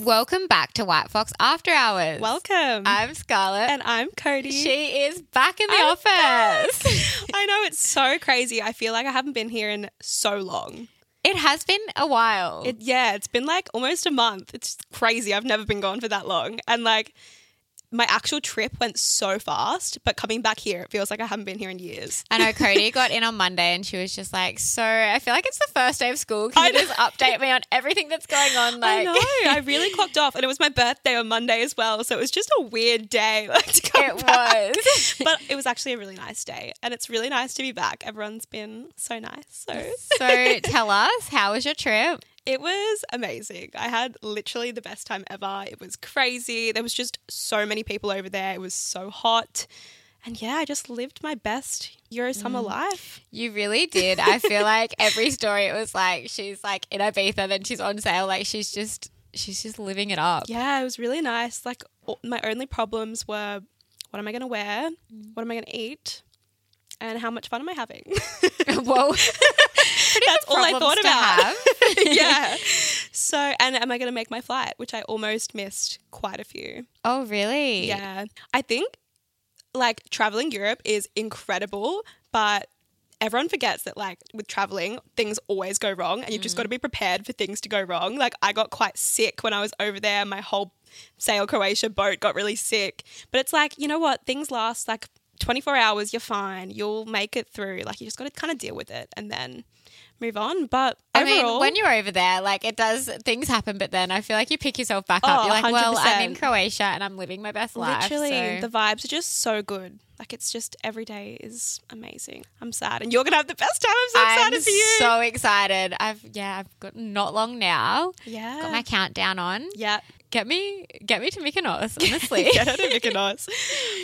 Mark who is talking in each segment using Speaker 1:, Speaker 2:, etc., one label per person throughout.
Speaker 1: Welcome back to White Fox After Hours.
Speaker 2: Welcome.
Speaker 1: I'm Scarlett.
Speaker 2: and I'm Cody.
Speaker 1: she is back in the
Speaker 2: I'm
Speaker 1: office.
Speaker 2: I know it's so crazy. I feel like I haven't been here in so long.
Speaker 1: it has been a while.
Speaker 2: It, yeah, it's been like almost a month. It's crazy. I've never been gone for that long. And like my actual trip went so fast, but coming back here, it feels like I haven't been here in years.
Speaker 1: I know Cody got in on Monday and she was just like, So I feel like it's the first day of school. Can
Speaker 2: I
Speaker 1: you just update me on everything that's going on? Like,
Speaker 2: I know. I really clocked off, and it was my birthday on Monday as well. So it was just a weird day. Like, to come
Speaker 1: it
Speaker 2: back.
Speaker 1: was.
Speaker 2: But it was actually a really nice day, and it's really nice to be back. Everyone's been so nice. So
Speaker 1: so tell us, how was your trip?
Speaker 2: It was amazing. I had literally the best time ever. It was crazy. There was just so many people over there. It was so hot. And yeah, I just lived my best Euro summer
Speaker 1: Mm.
Speaker 2: life.
Speaker 1: You really did. I feel like every story it was like she's like in Ibiza, then she's on sale. Like she's just she's just living it up.
Speaker 2: Yeah, it was really nice. Like all- my only problems were what am I going to wear?
Speaker 1: Mm.
Speaker 2: What am I going to eat? And how much fun am I having?
Speaker 1: Whoa. Pretty
Speaker 2: That's
Speaker 1: good
Speaker 2: all I
Speaker 1: problems
Speaker 2: thought
Speaker 1: to
Speaker 2: about.
Speaker 1: have.
Speaker 2: yeah. So, and am I going to make my flight, which I almost missed quite a few.
Speaker 1: Oh really?
Speaker 2: Yeah. I think like traveling Europe is incredible, but everyone forgets that like with traveling, things always go wrong and you've just got
Speaker 1: Mm-hmm.
Speaker 2: to be prepared for things to go wrong. Like I got quite sick when I was over there. My whole Sail Croatia boat got really sick. But it's like, you know what? Things last like 24 hours, you're fine. You'll make it through. Like you just got to kind of deal with it and then move on. But
Speaker 1: I
Speaker 2: overall,
Speaker 1: mean, when you're over there, like it does things happen, but then I feel like you pick yourself back
Speaker 2: Oh,
Speaker 1: up. You're like, well, I'm in
Speaker 2: 100%.
Speaker 1: Croatia and I'm living my best life.
Speaker 2: Literally,
Speaker 1: so-
Speaker 2: the vibes are just so good. Like it's just every day is amazing. I'm sad, and you're gonna have the best time. I'm so
Speaker 1: I'm
Speaker 2: excited for you.
Speaker 1: so excited. I've yeah, I've got not long now.
Speaker 2: yeah,
Speaker 1: Got my countdown on.
Speaker 2: yeah.
Speaker 1: Get me, get me to Mykonos. Honestly,
Speaker 2: Get out of Mykonos.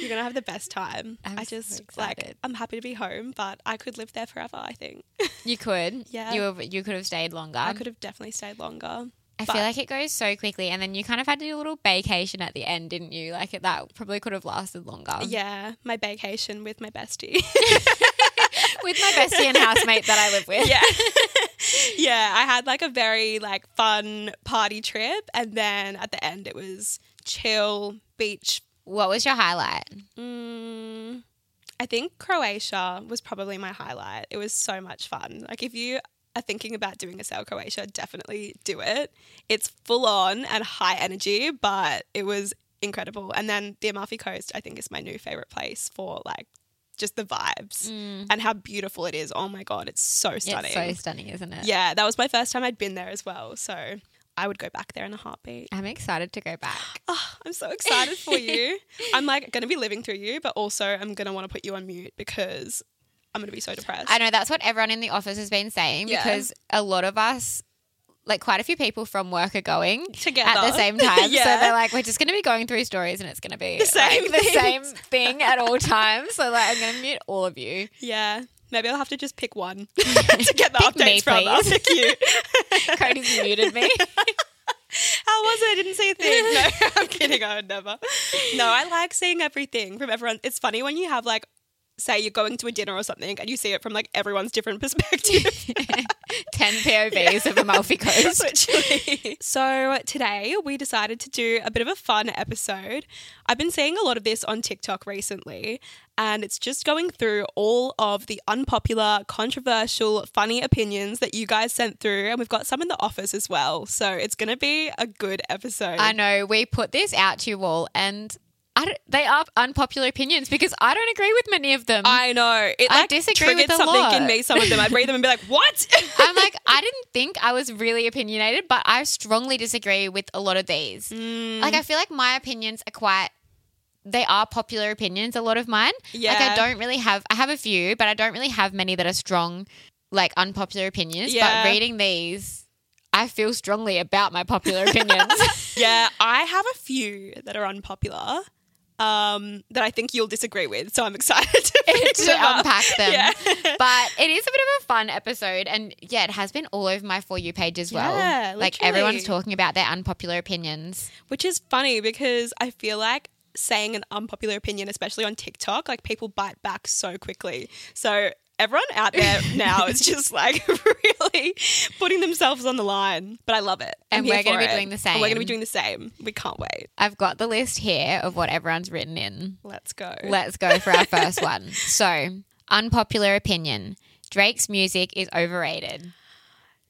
Speaker 2: You're gonna have the best time.
Speaker 1: I'm
Speaker 2: I
Speaker 1: so
Speaker 2: just like
Speaker 1: excited.
Speaker 2: I'm happy to be home, but I could live there forever. I think
Speaker 1: you could.
Speaker 2: Yeah.
Speaker 1: you have, you could have stayed longer.
Speaker 2: I could have definitely stayed longer.
Speaker 1: Um, I
Speaker 2: but-
Speaker 1: feel like it goes so quickly, and then you kind of had to do a little vacation at the end, didn't you? Like it- that probably could have lasted longer.
Speaker 2: Yeah, my vacation with my bestie.
Speaker 1: with my bestie and housemate that I live with.
Speaker 2: yeah yeah i had like a very like fun party trip and then at the end it was chill beach
Speaker 1: What was your highlight?
Speaker 2: mm, i think croatia was probably my highlight it was so much fun like if you are thinking about doing a sail croatia definitely do it it's full on and high energy but it was incredible and then the amalfi coast i think is my new favorite place for like just the vibes and how beautiful it is oh my god it's so stunning
Speaker 1: Mm. It's so stunning, isn't it?
Speaker 2: yeah, that was my first time I'd been there as well. So I would go back there in a heartbeat.
Speaker 1: I'm excited to go back.
Speaker 2: Oh, I'm so excited for you. I'm like going to be living through you, but also I'm going to want to put you on mute because I'm going to be so depressed.
Speaker 1: I know that's what everyone in the office has been saying
Speaker 2: Yeah.
Speaker 1: because a lot of us, like quite a few people from work, are going
Speaker 2: Together.
Speaker 1: at the same time.
Speaker 2: yeah.
Speaker 1: So they're like, we're just going to be going through stories and it's going to be the
Speaker 2: same
Speaker 1: like, the
Speaker 2: things.
Speaker 1: same thing at all times. So like, I'm going to mute all of you.
Speaker 2: yeah. Maybe I'll have to just pick one to get the
Speaker 1: Pick
Speaker 2: updates
Speaker 1: me,
Speaker 2: from. I'll
Speaker 1: please.
Speaker 2: pick you.
Speaker 1: Cody's muted me.
Speaker 2: How was it? I didn't see a thing. No, I'm kidding. I would never. No, I like seeing everything from everyone. It's funny when you have like, say you're going to a dinner or something and you see it from like everyone's different perspective.
Speaker 1: Ten POVs of Amalfi Coast.
Speaker 2: Literally. so today we decided to do a bit of a fun episode. I've been seeing a lot of this on TikTok recently, and it's just going through all of the unpopular, controversial, funny opinions that you guys sent through, and we've got some in the office as well. So it's going to be a good episode.
Speaker 1: I know we put this out to you all, and I don't, they are unpopular opinions because I don't agree with many of them.
Speaker 2: I know. It
Speaker 1: I
Speaker 2: like
Speaker 1: disagree
Speaker 2: triggered
Speaker 1: with a
Speaker 2: something
Speaker 1: lot.
Speaker 2: in me, some of them. I'd read them and be like, what?
Speaker 1: I'm like, I didn't think I was really opinionated, but I strongly disagree with a lot of these.
Speaker 2: Mm.
Speaker 1: Like, I feel like my opinions are quite. They are popular opinions, a lot of mine. Like, I
Speaker 2: Yeah.
Speaker 1: don't really have, I have a few, but I don't really have many that are strong, like unpopular opinions.
Speaker 2: Yeah.
Speaker 1: But reading these, I feel strongly about my popular opinions.
Speaker 2: yeah, I have a few that are unpopular um, that I think you'll disagree with. So I'm excited to, pick
Speaker 1: to
Speaker 2: them up.
Speaker 1: unpack them.
Speaker 2: Yeah.
Speaker 1: But it is a bit of a fun episode. And yeah, it has been all over my For You page as well.
Speaker 2: Yeah,
Speaker 1: like,
Speaker 2: literally.
Speaker 1: everyone's talking about their unpopular opinions.
Speaker 2: Which is funny because I feel like saying an unpopular opinion, especially on TikTok, like people bite back so quickly. So everyone out there now is just like really putting themselves on the line. But I love it. I'm
Speaker 1: And
Speaker 2: here
Speaker 1: we're gonna
Speaker 2: for
Speaker 1: be
Speaker 2: it.
Speaker 1: doing the
Speaker 2: And we're going to be
Speaker 1: same.
Speaker 2: doing the same. We can't wait.
Speaker 1: I've got the list here of what everyone's written in.
Speaker 2: Let's go.
Speaker 1: Let's go for our first one. So, unpopular opinion Drake's music is overrated.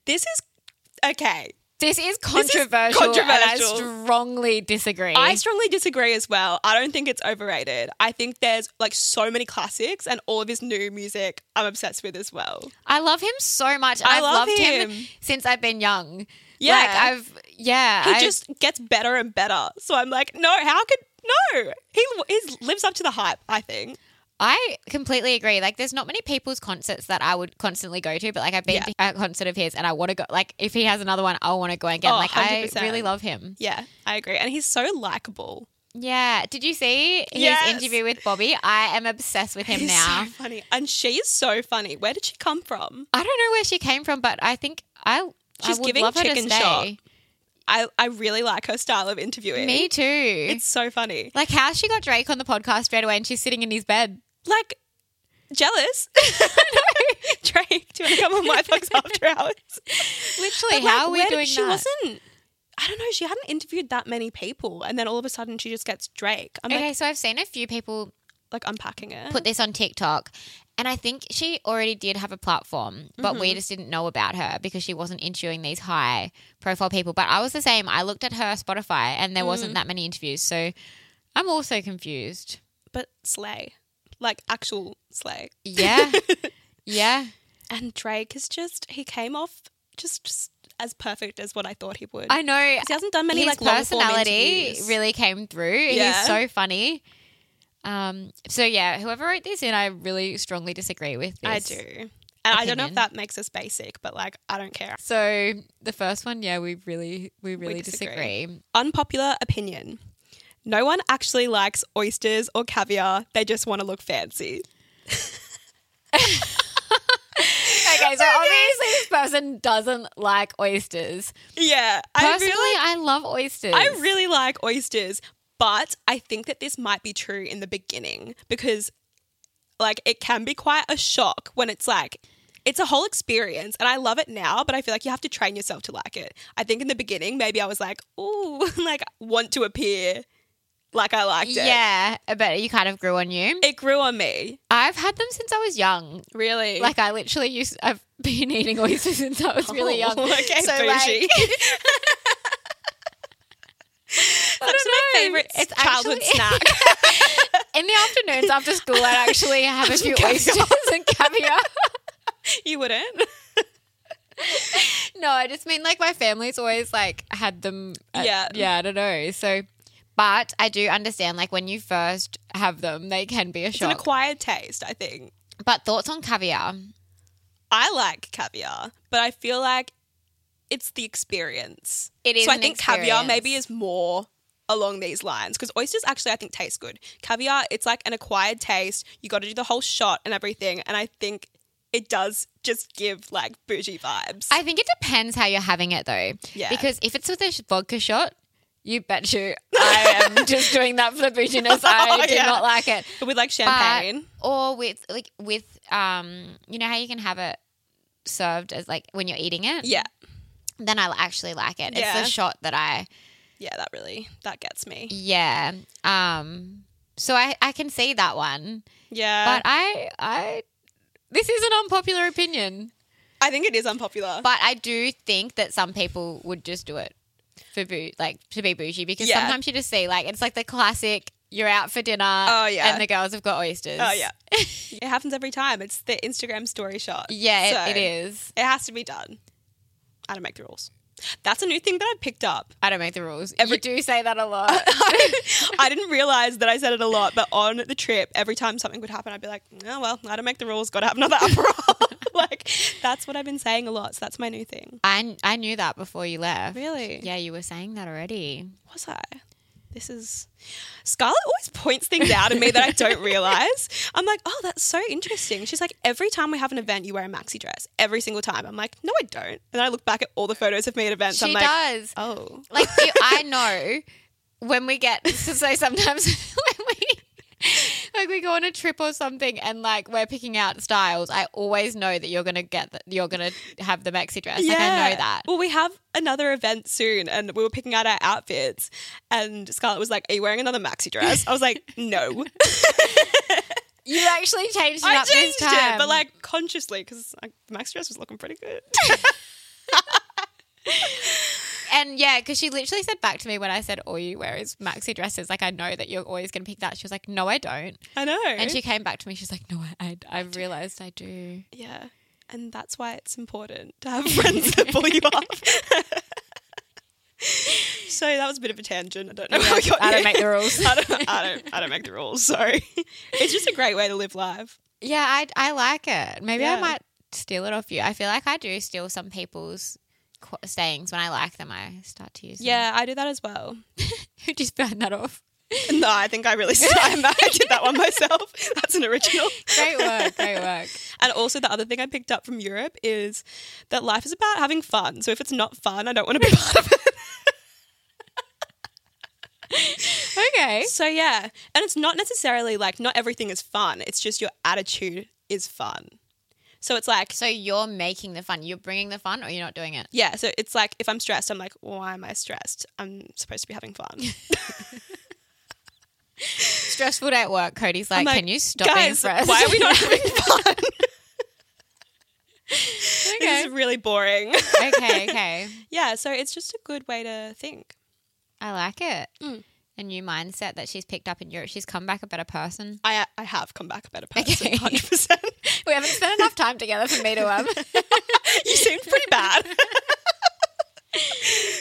Speaker 2: this is okay.
Speaker 1: This is
Speaker 2: is
Speaker 1: controversial.
Speaker 2: controversial.
Speaker 1: And I strongly disagree.
Speaker 2: I strongly disagree as well. I don't think it's overrated. I think there's like so many classics and all of his new music I'm obsessed with as well.
Speaker 1: I love him so much.
Speaker 2: I
Speaker 1: I've
Speaker 2: love
Speaker 1: loved him.
Speaker 2: him.
Speaker 1: since I've been young.
Speaker 2: Yeah.
Speaker 1: Like, I've, yeah.
Speaker 2: He
Speaker 1: I-
Speaker 2: just gets better and better. So I'm like, no, how could no? He he's, lives up to the hype, I think.
Speaker 1: I completely agree. Like, there's not many people's concerts that I would constantly go to, but like, I've been to
Speaker 2: Yeah.
Speaker 1: a concert of his and I want to go. Like, if he has another one, I want to go again.
Speaker 2: Oh,
Speaker 1: like, I
Speaker 2: 100%.
Speaker 1: really love him.
Speaker 2: Yeah, I agree. And he's so likable.
Speaker 1: Yeah. Did you see his
Speaker 2: Yes.
Speaker 1: interview with Bobby? I am obsessed with him
Speaker 2: He's
Speaker 1: now.
Speaker 2: so funny. And she is so funny. Where did she come from?
Speaker 1: I don't know where she came from, but I think I.
Speaker 2: She's
Speaker 1: I would
Speaker 2: giving
Speaker 1: love her to
Speaker 2: chicken shot.
Speaker 1: stay.
Speaker 2: I, I really like her style of interviewing.
Speaker 1: Me too.
Speaker 2: It's so funny.
Speaker 1: like how she got Drake on the podcast straight away, and she's sitting in his bed.
Speaker 2: Like, jealous. Drake, do you want to come on my box after hours?
Speaker 1: Literally,
Speaker 2: But, like,
Speaker 1: how are we
Speaker 2: where did-
Speaker 1: doing
Speaker 2: she
Speaker 1: that?
Speaker 2: wasn't. I don't know. She hadn't interviewed that many people, and then all of a sudden she just gets Drake. I'm
Speaker 1: okay,
Speaker 2: like,
Speaker 1: so I've seen a few people
Speaker 2: like unpacking it.
Speaker 1: put this on TikTok. And I think she already did have a platform, but
Speaker 2: Mm-hmm.
Speaker 1: we just didn't know about her because she wasn't interviewing these high profile people. But I was the same. I looked at her Spotify and there
Speaker 2: Mm.
Speaker 1: wasn't that many interviews. So I'm also confused.
Speaker 2: but slay, like actual slay.
Speaker 1: Yeah. yeah.
Speaker 2: And Drake is just he came off just, just as perfect as what I thought he would.
Speaker 1: I know.
Speaker 2: 'Cause he hasn't done many
Speaker 1: His
Speaker 2: like
Speaker 1: personality really came through.
Speaker 2: Yeah.
Speaker 1: He's so funny. Um, so yeah, whoever wrote this in, I really strongly disagree with this.
Speaker 2: I do, and I don't know if
Speaker 1: opinion.
Speaker 2: that makes us basic, but like I don't care.
Speaker 1: So the first one, yeah, we really, we really
Speaker 2: disagree.
Speaker 1: disagree.
Speaker 2: Unpopular opinion. No one actually likes oysters or caviar. They just want to look fancy.
Speaker 1: Okay, so obviously this person doesn't like oysters.
Speaker 2: Yeah,
Speaker 1: Personally,
Speaker 2: I really
Speaker 1: I love oysters.
Speaker 2: I really like oysters, but I think that this might be true in the beginning because, like, it can be quite a shock when it's like, it's a whole experience, and I love it now, but I feel like you have to train yourself to like it. I think in the beginning, maybe I was like, ooh, like, want to appear like I liked it.
Speaker 1: yeah, but you kind of grew on you.
Speaker 2: It grew on me.
Speaker 1: I've had them since I was young.
Speaker 2: Really?
Speaker 1: Like I literally used, I've been eating oysters since I was really young.
Speaker 2: Oh, okay,
Speaker 1: So, like,
Speaker 2: bougie. That's my
Speaker 1: know.
Speaker 2: favorite
Speaker 1: It's
Speaker 2: childhood
Speaker 1: actually-
Speaker 2: snack.
Speaker 1: In the afternoons after school, I actually have a few
Speaker 2: Caviar.
Speaker 1: oysters and caviar.
Speaker 2: you wouldn't?
Speaker 1: No, I just mean like my family's always like had them. at-
Speaker 2: Yeah.
Speaker 1: yeah, I don't know. So, but I do understand like when you first have them, they can be a
Speaker 2: It's an
Speaker 1: shock.
Speaker 2: acquired taste, I think.
Speaker 1: but thoughts on caviar?
Speaker 2: I like caviar, but I feel like it's the experience.
Speaker 1: It is
Speaker 2: so I
Speaker 1: an
Speaker 2: think caviar
Speaker 1: experience.
Speaker 2: maybe is more along these lines because oysters actually I think taste good. Caviar, it's like an acquired taste. You got to do the whole shot and everything, and I think it does just give like bougie vibes.
Speaker 1: I think it depends how you're having it though.
Speaker 2: Yeah.
Speaker 1: Because if it's with a sh- vodka shot, you bet you I am just doing that for the bouginess. I
Speaker 2: Oh,
Speaker 1: do
Speaker 2: yeah.
Speaker 1: not like it.
Speaker 2: but with like
Speaker 1: But-
Speaker 2: champagne,
Speaker 1: or with like with um, you know how you can have it served as like when you're eating it.
Speaker 2: yeah,
Speaker 1: Then I actually like it.
Speaker 2: Yeah.
Speaker 1: It's the shot that I
Speaker 2: yeah, that really that gets me.
Speaker 1: yeah. Um. So I I can see that one,
Speaker 2: Yeah,
Speaker 1: but I I. This is an unpopular opinion,
Speaker 2: I think it is unpopular.
Speaker 1: but I do think that some people would just do it for boo, like to be bougie because
Speaker 2: Yeah.
Speaker 1: sometimes you just see like it's like the classic you're out for dinner
Speaker 2: Oh, yeah.
Speaker 1: and the girls have got oysters.
Speaker 2: oh yeah, it happens every time. It's the Instagram story shot.
Speaker 1: Yeah,
Speaker 2: So-
Speaker 1: it, it is.
Speaker 2: It has to be done. I don't make the rules. That's a new thing that I picked up.
Speaker 1: I don't make the rules. Every- you do say that a lot.
Speaker 2: I didn't realize that I said it a lot, but on the trip, every time something would happen, I'd be like, oh, well, I don't make the rules. Got to have another Aperol. like, that's what I've been saying a lot. So that's my new thing.
Speaker 1: I I knew that before you left.
Speaker 2: Really?
Speaker 1: Yeah, you were saying that already.
Speaker 2: Was I? This is. Scarlett always points things out at me that I don't realize. I'm like, oh, that's so interesting. She's like, every time we have an event, you wear a maxi dress. Every single time. I'm like, no, I don't. And then I look back at all the photos of me at events. I'm
Speaker 1: she
Speaker 2: like,
Speaker 1: does.
Speaker 2: oh.
Speaker 1: Like you- I know when we get so, so sometimes when we like we go on a trip or something and like we're picking out styles, I always know that you're gonna get the, you're gonna have the maxi dress. Like I know that.
Speaker 2: Well, we have another event soon, and we were picking out our outfits, and Scarlett was like, "Are you wearing another maxi dress?" I was like, "No."
Speaker 1: You actually changed it
Speaker 2: I
Speaker 1: up
Speaker 2: changed
Speaker 1: this time.
Speaker 2: it, but like consciously because the maxi dress was looking pretty good.
Speaker 1: and yeah, because she literally said back to me when I said all you wear is maxi dresses. Like I know that you're always gonna pick that. She was like, no, I don't.
Speaker 2: I know.
Speaker 1: And she came back to me. She's like, no, I I, I realized I do.
Speaker 2: yeah, and that's why it's important to have friends that pull you up. so that was a bit of a tangent. I don't know. how I, got
Speaker 1: I don't
Speaker 2: here.
Speaker 1: make the rules.
Speaker 2: I don't, I don't. I don't make the rules. Sorry. It's just a great way to live life.
Speaker 1: Yeah, I I like it. Maybe
Speaker 2: Yeah.
Speaker 1: I might steal it off you. I feel like I do steal some people's qu- sayings when I like them. I start to use. them.
Speaker 2: Yeah, I do that as well.
Speaker 1: who just burned that off?
Speaker 2: No, I think I really I did that one myself. That's an original.
Speaker 1: Great work, great work.
Speaker 2: And also, the other thing I picked up from Europe is that life is about having fun. So if it's not fun, I don't want to be part of it.
Speaker 1: Okay,
Speaker 2: So yeah, and it's not necessarily like not everything is fun. It's just your attitude is fun. So it's like
Speaker 1: so you're making the fun. You're bringing the fun, or you're not doing it.
Speaker 2: yeah. So it's like if I'm stressed, I'm like, why am I stressed? I'm supposed to be having fun.
Speaker 1: Stressful day at work. Cody's
Speaker 2: I'm
Speaker 1: like,
Speaker 2: like,
Speaker 1: can you stop being
Speaker 2: Guys,
Speaker 1: stressed?
Speaker 2: why are we not having fun? This
Speaker 1: okay,
Speaker 2: is really boring.
Speaker 1: okay, okay.
Speaker 2: yeah. So it's just a good way to think.
Speaker 1: I like it.
Speaker 2: Mm.
Speaker 1: A new mindset that she's picked up in Europe. She's come back a better person.
Speaker 2: I I have come back a better person,
Speaker 1: Okay.
Speaker 2: hundred percent.
Speaker 1: We haven't spent enough time together for me to um.
Speaker 2: You seemed pretty bad.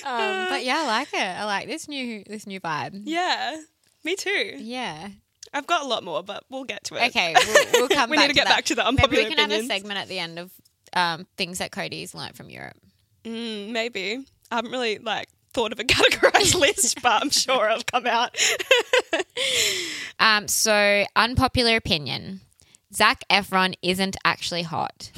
Speaker 1: um but yeah, I like it. I like this new this new vibe.
Speaker 2: Yeah, me too.
Speaker 1: Yeah.
Speaker 2: I've got a lot more, but we'll get to it.
Speaker 1: Okay, we'll, we'll come
Speaker 2: we
Speaker 1: back
Speaker 2: need to get
Speaker 1: that.
Speaker 2: back to the
Speaker 1: Maybe
Speaker 2: unpopular
Speaker 1: we can have a
Speaker 2: opinions.
Speaker 1: segment at the end of um, things that Cody's learnt from Europe.
Speaker 2: Mm, maybe I haven't really like thought of a categorized list, but I'm sure it'll come out.
Speaker 1: Um, so, unpopular opinion. Zach Efron isn't actually hot.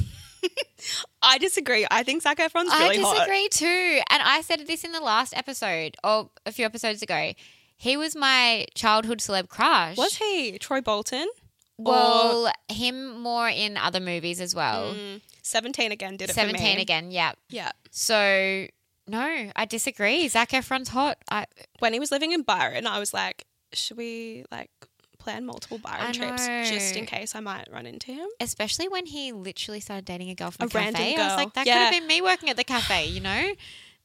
Speaker 2: I disagree. I think Zac Efron's
Speaker 1: I
Speaker 2: really hot.
Speaker 1: disagree too. And I said this in the last episode or a few episodes ago. He was my childhood celeb crush.
Speaker 2: Was he Troy Bolton?
Speaker 1: Well, him more in other movies as well.
Speaker 2: Mm, Seventeen again did it. for me.
Speaker 1: 17 again, yeah.
Speaker 2: Yeah.
Speaker 1: So, no, I disagree. Zach Efron's hot. I,
Speaker 2: When he was living in Byron, I was like, should we like plan multiple Byron
Speaker 1: I
Speaker 2: trips just in
Speaker 1: know.
Speaker 2: case I might run into him?
Speaker 1: especially when he literally started dating a girl from
Speaker 2: A
Speaker 1: a, cafe.
Speaker 2: random
Speaker 1: I was
Speaker 2: girl.
Speaker 1: like, that
Speaker 2: Yeah.
Speaker 1: could have been me working at the cafe, you know?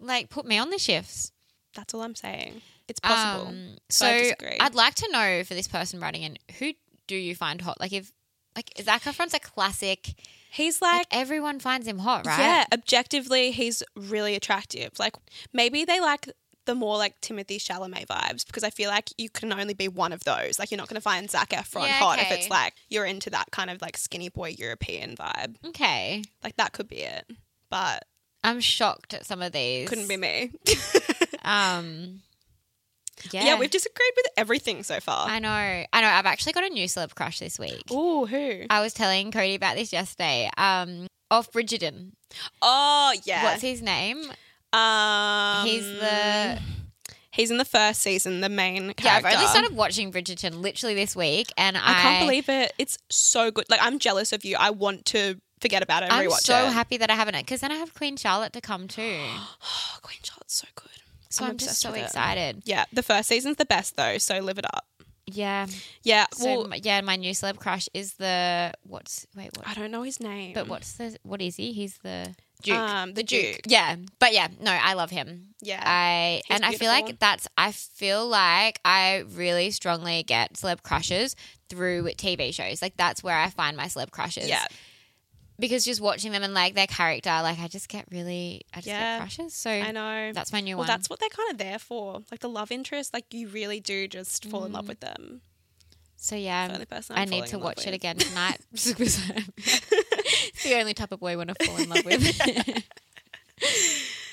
Speaker 1: Like, put me on the shifts.
Speaker 2: That's all I'm saying. It's possible.
Speaker 1: Um,
Speaker 2: So
Speaker 1: so
Speaker 2: I disagree.
Speaker 1: I'd like to know for this person writing in, who do you find hot? Like, if like Zac Efron's a classic,
Speaker 2: He's
Speaker 1: like everyone finds him hot, right?
Speaker 2: Yeah, objectively, he's really attractive. Like maybe they like the more like Timothy Chalamet vibes because I feel like you can only be one of those. Like you're not going to find Zac Efron
Speaker 1: Yeah,
Speaker 2: hot if
Speaker 1: okay.
Speaker 2: it's like you're into that kind of like skinny boy European vibe.
Speaker 1: Okay,
Speaker 2: Like that could be it, but
Speaker 1: I'm shocked at some of these.
Speaker 2: couldn't be me.
Speaker 1: Um, yeah,
Speaker 2: yeah. we've disagreed with everything so far.
Speaker 1: I know, I know. I've actually got a new celeb crush this week.
Speaker 2: Oh, who?
Speaker 1: I was telling Cody about this yesterday. Um, off Bridgerton.
Speaker 2: Oh, yeah.
Speaker 1: What's his name?
Speaker 2: um,
Speaker 1: He's the
Speaker 2: he's in the first season, the main character.
Speaker 1: yeah. I've only started watching Bridgerton literally this week, and I,
Speaker 2: I can't believe it. It's so good. Like I'm jealous of you. I want to forget about it and
Speaker 1: I'm
Speaker 2: rewatch
Speaker 1: so
Speaker 2: it.
Speaker 1: happy that I haven't because then I have Queen Charlotte to come too.
Speaker 2: Oh, Queen Charlotte's so good.
Speaker 1: So
Speaker 2: I'm
Speaker 1: I'm, just
Speaker 2: obsessed
Speaker 1: so
Speaker 2: with it.
Speaker 1: excited.
Speaker 2: Yeah, the first season's the best though, so live it up.
Speaker 1: Yeah.
Speaker 2: Yeah,
Speaker 1: So
Speaker 2: well,
Speaker 1: m- yeah, my new celeb crush is the what's wait
Speaker 2: I
Speaker 1: what?
Speaker 2: don't know his name,
Speaker 1: But what's the what is he? He's the Duke.
Speaker 2: Um, the Duke.
Speaker 1: Yeah, but yeah, no, I love him.
Speaker 2: Yeah,
Speaker 1: I
Speaker 2: He's
Speaker 1: and I feel like
Speaker 2: beautiful.
Speaker 1: that's I feel like I really strongly get celeb crushes through TV shows. Like that's where I find my celeb crushes.
Speaker 2: yeah,
Speaker 1: because just watching them and like their character, like I just get really, I just
Speaker 2: Yeah.
Speaker 1: get crushes. So
Speaker 2: I know.
Speaker 1: that's my new
Speaker 2: well,
Speaker 1: one.
Speaker 2: that's what they're kind of there for. Like the love interest, like you really do just fall in
Speaker 1: Mm.
Speaker 2: love with them.
Speaker 1: so
Speaker 2: the
Speaker 1: yeah,
Speaker 2: only person I'm
Speaker 1: I need
Speaker 2: falling
Speaker 1: to
Speaker 2: in love
Speaker 1: watch it
Speaker 2: with.
Speaker 1: again tonight. it's the only type of boy I want to fall in love with.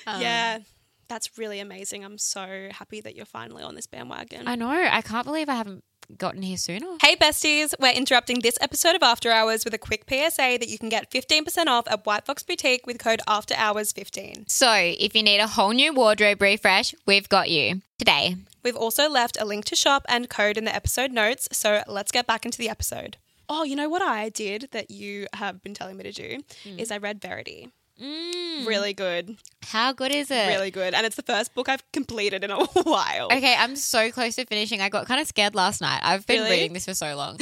Speaker 1: Um,
Speaker 2: yeah, that's really amazing. I'm so happy that you're finally on this bandwagon.
Speaker 1: I know. I can't believe I haven't gotten here sooner.
Speaker 2: Hey besties, we're interrupting this episode of After Hours with a quick PSA that you can get 15% off at White Fox Boutique with code After Hours 15.
Speaker 1: So if you need a whole new wardrobe refresh, we've got you today.
Speaker 2: We've also left a link to shop and code in the episode notes, so let's get back into the episode. Oh, you know what I did that you have been telling me to do is I read Verity.
Speaker 1: Mm,
Speaker 2: Really good.
Speaker 1: how good is it?
Speaker 2: Really good. And it's the first book I've completed in a while.
Speaker 1: Okay, I'm so close to finishing. I got kind of scared last night. I've been
Speaker 2: Really?
Speaker 1: reading this for so long.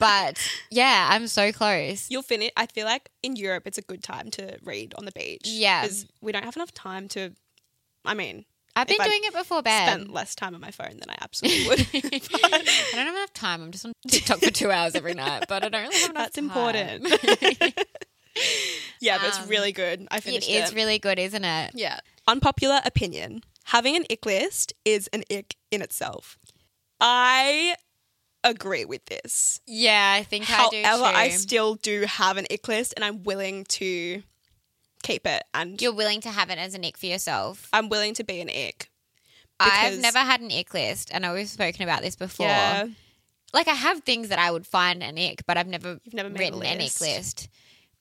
Speaker 1: but yeah, I'm so close.
Speaker 2: You'll finish. I feel like in Europe, it's a good time to read on the beach.
Speaker 1: Yeah.
Speaker 2: Because we don't have enough time to. I mean,
Speaker 1: I've been
Speaker 2: If I
Speaker 1: doing it before bed.
Speaker 2: spend less time on my phone than I absolutely would. But-
Speaker 1: I don't have enough time. I'm just on TikTok for two hours every night, but I don't really have enough
Speaker 2: That's
Speaker 1: time.
Speaker 2: important. yeah, but it's
Speaker 1: Um,
Speaker 2: really good. I
Speaker 1: it
Speaker 2: finished it.
Speaker 1: is really good, isn't it?
Speaker 2: yeah. Unpopular opinion. Having an ick list is an ick in itself. I agree with this.
Speaker 1: Yeah, I think I do.
Speaker 2: However,
Speaker 1: too.
Speaker 2: I still do have an ick list and I'm willing to keep it and
Speaker 1: You're willing to have it as an ick for yourself.
Speaker 2: I'm willing to be an ick.
Speaker 1: I've
Speaker 2: Uh, because-
Speaker 1: never had an ick list. I know we've spoken about this before.
Speaker 2: Yeah.
Speaker 1: Like I have things that I would find an ick, but I've never
Speaker 2: You've never made a
Speaker 1: written an ick
Speaker 2: list.
Speaker 1: list.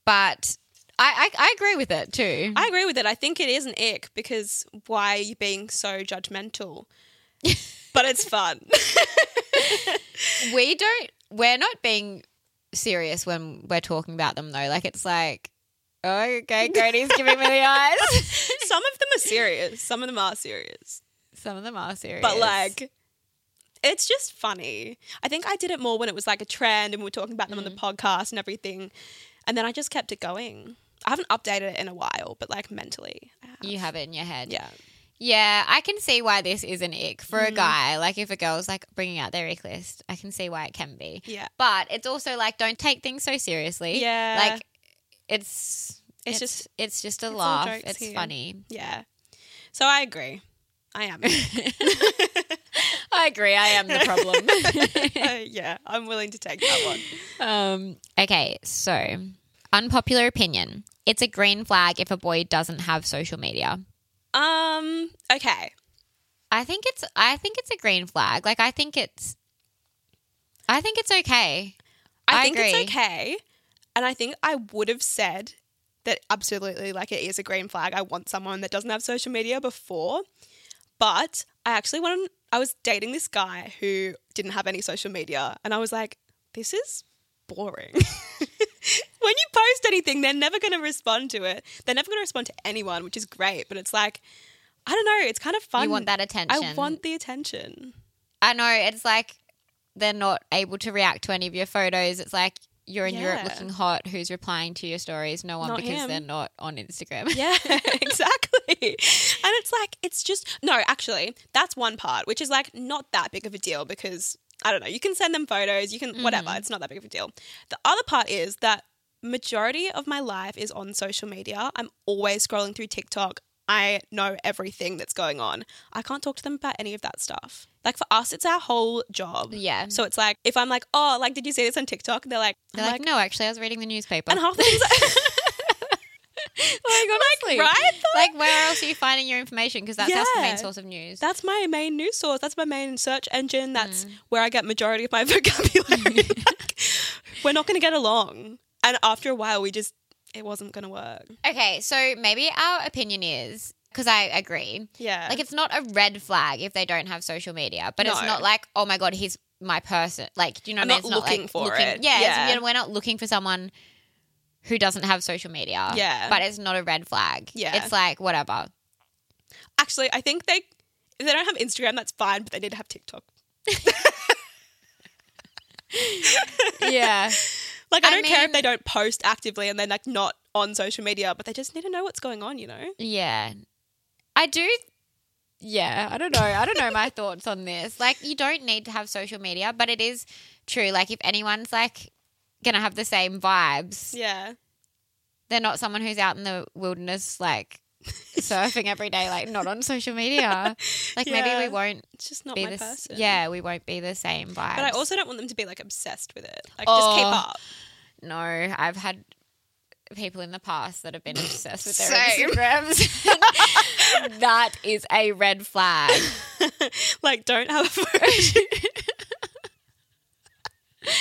Speaker 1: But I, I I agree with it too.
Speaker 2: I agree with it. I think it is an ick because why are you being so judgmental? but it's fun.
Speaker 1: we don't. We're not being serious when we're talking about them though. Like it's like, oh, okay, Grady's giving me the eyes.
Speaker 2: some of them are serious. Some of them are serious.
Speaker 1: Some of them are serious,
Speaker 2: But like it's just funny. I think I did it more when it was like a trend and we were talking about them on the podcast and everything. And then I just kept it going. I haven't updated it in a while, but like mentally. I have.
Speaker 1: you have it in your head.
Speaker 2: Yeah. Mm.
Speaker 1: Yeah, I can see why this is an ick for a guy. Like if a girl's like bringing out their ick list, I can see why it can be.
Speaker 2: Yeah.
Speaker 1: But it's also like don't take things so seriously.
Speaker 2: Yeah.
Speaker 1: Like it's
Speaker 2: It's
Speaker 1: it's,
Speaker 2: just-
Speaker 1: just it's just a
Speaker 2: all
Speaker 1: laugh.
Speaker 2: jokes
Speaker 1: It's
Speaker 2: here.
Speaker 1: funny.
Speaker 2: Yeah. So I agree. I am.
Speaker 1: I agree. I am the problem.
Speaker 2: Uh, yeah, I'm willing to take that one.
Speaker 1: um, okay, so unpopular opinion. It's a green flag if a boy doesn't have social media.
Speaker 2: Um, okay.
Speaker 1: I think it's I think it's a green flag. Like I think it's I think it's okay.
Speaker 2: I,
Speaker 1: I
Speaker 2: think
Speaker 1: agree.
Speaker 2: it's okay. And I think I would have said that absolutely, like, it is a green flag. I want someone that doesn't have social media before. But I actually went on, I was dating this guy who didn't have any social media. And I was like, this is boring. when you post anything, they're never going to respond to it. They're never going to respond to anyone, which is great. But it's like, I don't know. It's kind of fun.
Speaker 1: You want that attention.
Speaker 2: I want the attention.
Speaker 1: I know it's like they're not able to react to any of your photos. It's like you're in Europe
Speaker 2: Yeah.
Speaker 1: looking hot. Who's replying to your stories? No one
Speaker 2: Not
Speaker 1: because
Speaker 2: him.
Speaker 1: they're not on Instagram.
Speaker 2: Yeah, exactly. And it's like, it's just, no, actually, that's one part, which is like not that big of a deal because, I don't know, you can send them photos, you can,
Speaker 1: Mm.
Speaker 2: whatever, it's not that big of a deal. The other part is that majority of my life is on social media. I'm always scrolling through TikTok. I know everything that's going on. I can't talk to them about any of that stuff. Like for us, it's our whole job.
Speaker 1: Yeah.
Speaker 2: So it's like, if I'm like, oh, like, did you see this on TikTok? They're like,
Speaker 1: They're
Speaker 2: I'm
Speaker 1: like, no, actually, I was reading the newspaper.
Speaker 2: and half the things,
Speaker 1: like, honestly,
Speaker 2: right?
Speaker 1: Like, where else are you finding your information? Because that's our
Speaker 2: Yeah.
Speaker 1: main source of news.
Speaker 2: That's my main news source. That's my main search engine. That's
Speaker 1: Mm.
Speaker 2: where I get majority of my vocabulary. Like, we're not going to get along, and after a while, we just it wasn't going to work.
Speaker 1: okay, so maybe our opinion is because I agree.
Speaker 2: Yeah,
Speaker 1: Like, it's not a red flag if they don't have social media, but it's
Speaker 2: No.
Speaker 1: not like, oh my god, he's my person. Like, do you know
Speaker 2: I'm
Speaker 1: what I mean? It's
Speaker 2: not
Speaker 1: not
Speaker 2: looking
Speaker 1: like,
Speaker 2: for it.
Speaker 1: Yeah, it's-
Speaker 2: Yeah.
Speaker 1: you know, we're not looking for someone who doesn't have social media.
Speaker 2: Yeah.
Speaker 1: but it's not a red flag.
Speaker 2: Yeah.
Speaker 1: it's like whatever.
Speaker 2: actually, I think they if they don't have Instagram, that's fine, but they did have TikTok.
Speaker 1: Yeah,
Speaker 2: Like, I,
Speaker 1: I
Speaker 2: don't care if
Speaker 1: mean-
Speaker 2: they don't post actively and they're like not on social media, but they just need to know what's going on. You know?
Speaker 1: yeah. I do. Yeah, I don't know. I don't know my thoughts on this. Like, you don't need to have social media, but it is true. Like, if anyone's like gonna have the same vibes,
Speaker 2: Yeah.
Speaker 1: they're not someone who's out in the wilderness like surfing every day like not on social media like
Speaker 2: Yeah.
Speaker 1: maybe we won't
Speaker 2: It's just not
Speaker 1: be
Speaker 2: my
Speaker 1: this
Speaker 2: person.
Speaker 1: yeah we won't be the same vibe
Speaker 2: But I also don't want them to be like obsessed with it. Like, just keep
Speaker 1: Oh.
Speaker 2: up.
Speaker 1: no i've had people in the past that have been obsessed with their
Speaker 2: Same.
Speaker 1: instagrams that is a red flag
Speaker 2: like, don't have a version.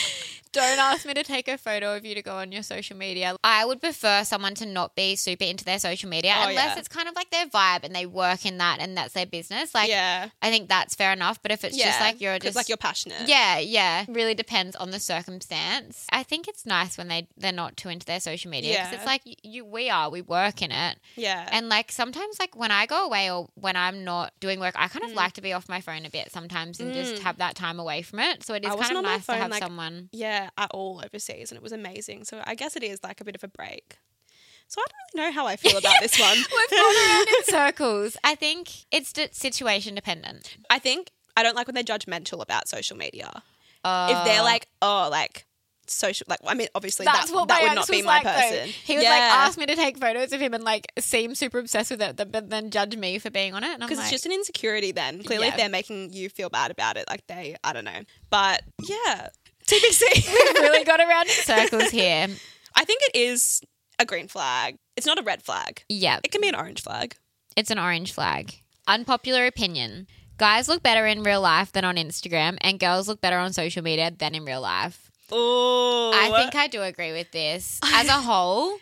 Speaker 1: Don't ask me to take a photo of you to go on your social media. I would prefer someone to not be super into their social media
Speaker 2: Oh,
Speaker 1: unless
Speaker 2: yeah.
Speaker 1: it's kind of like their vibe and they work in that and that's their business. Like,
Speaker 2: yeah.
Speaker 1: I think that's fair enough. But if it's just like you're
Speaker 2: 'cause,
Speaker 1: just
Speaker 2: like you're passionate.
Speaker 1: yeah, yeah. Really depends on the circumstance. I think it's nice when they they're not too into their social media because
Speaker 2: Yeah. Uh,
Speaker 1: it's like you, you, we are, we work in it,
Speaker 2: Yeah.
Speaker 1: and like sometimes like when I go away or when I'm not doing work, I kind of like to be off my phone a bit sometimes and just
Speaker 2: Mm.
Speaker 1: have that time away from it. So it is
Speaker 2: I wasn't
Speaker 1: kind of
Speaker 2: on my
Speaker 1: nice to
Speaker 2: phone,
Speaker 1: have
Speaker 2: like-
Speaker 1: someone.
Speaker 2: yeah, at all overseas and it was amazing. So I guess it is like a bit of a break. So I don't really know how I feel about this one.
Speaker 1: We've gone around in circles. I think it's d- situation dependent.
Speaker 2: I think I don't like when they're judgmental about social media. if
Speaker 1: Ah.
Speaker 2: they're like, oh, like social, like I mean,
Speaker 1: Uh,
Speaker 2: obviously that, that would not be my person.
Speaker 1: He would like ask me to take photos of him and like seem super obsessed with it, th- but then judge me for being on it. And I'm
Speaker 2: because
Speaker 1: like,
Speaker 2: it's just an insecurity. Then clearly,
Speaker 1: Yeah.
Speaker 2: if they're making you feel bad about it, like they, I don't know, but yeah, TBC.
Speaker 1: really got around in circles here.
Speaker 2: I think it is a green flag. It's not a red flag.
Speaker 1: Yeah,
Speaker 2: It can be an orange flag.
Speaker 1: it's an orange flag. Unpopular opinion. Guys look better in real life than on Instagram, and girls look better on social media than in real life.
Speaker 2: Oh,
Speaker 1: I think I do agree with this. As a whole,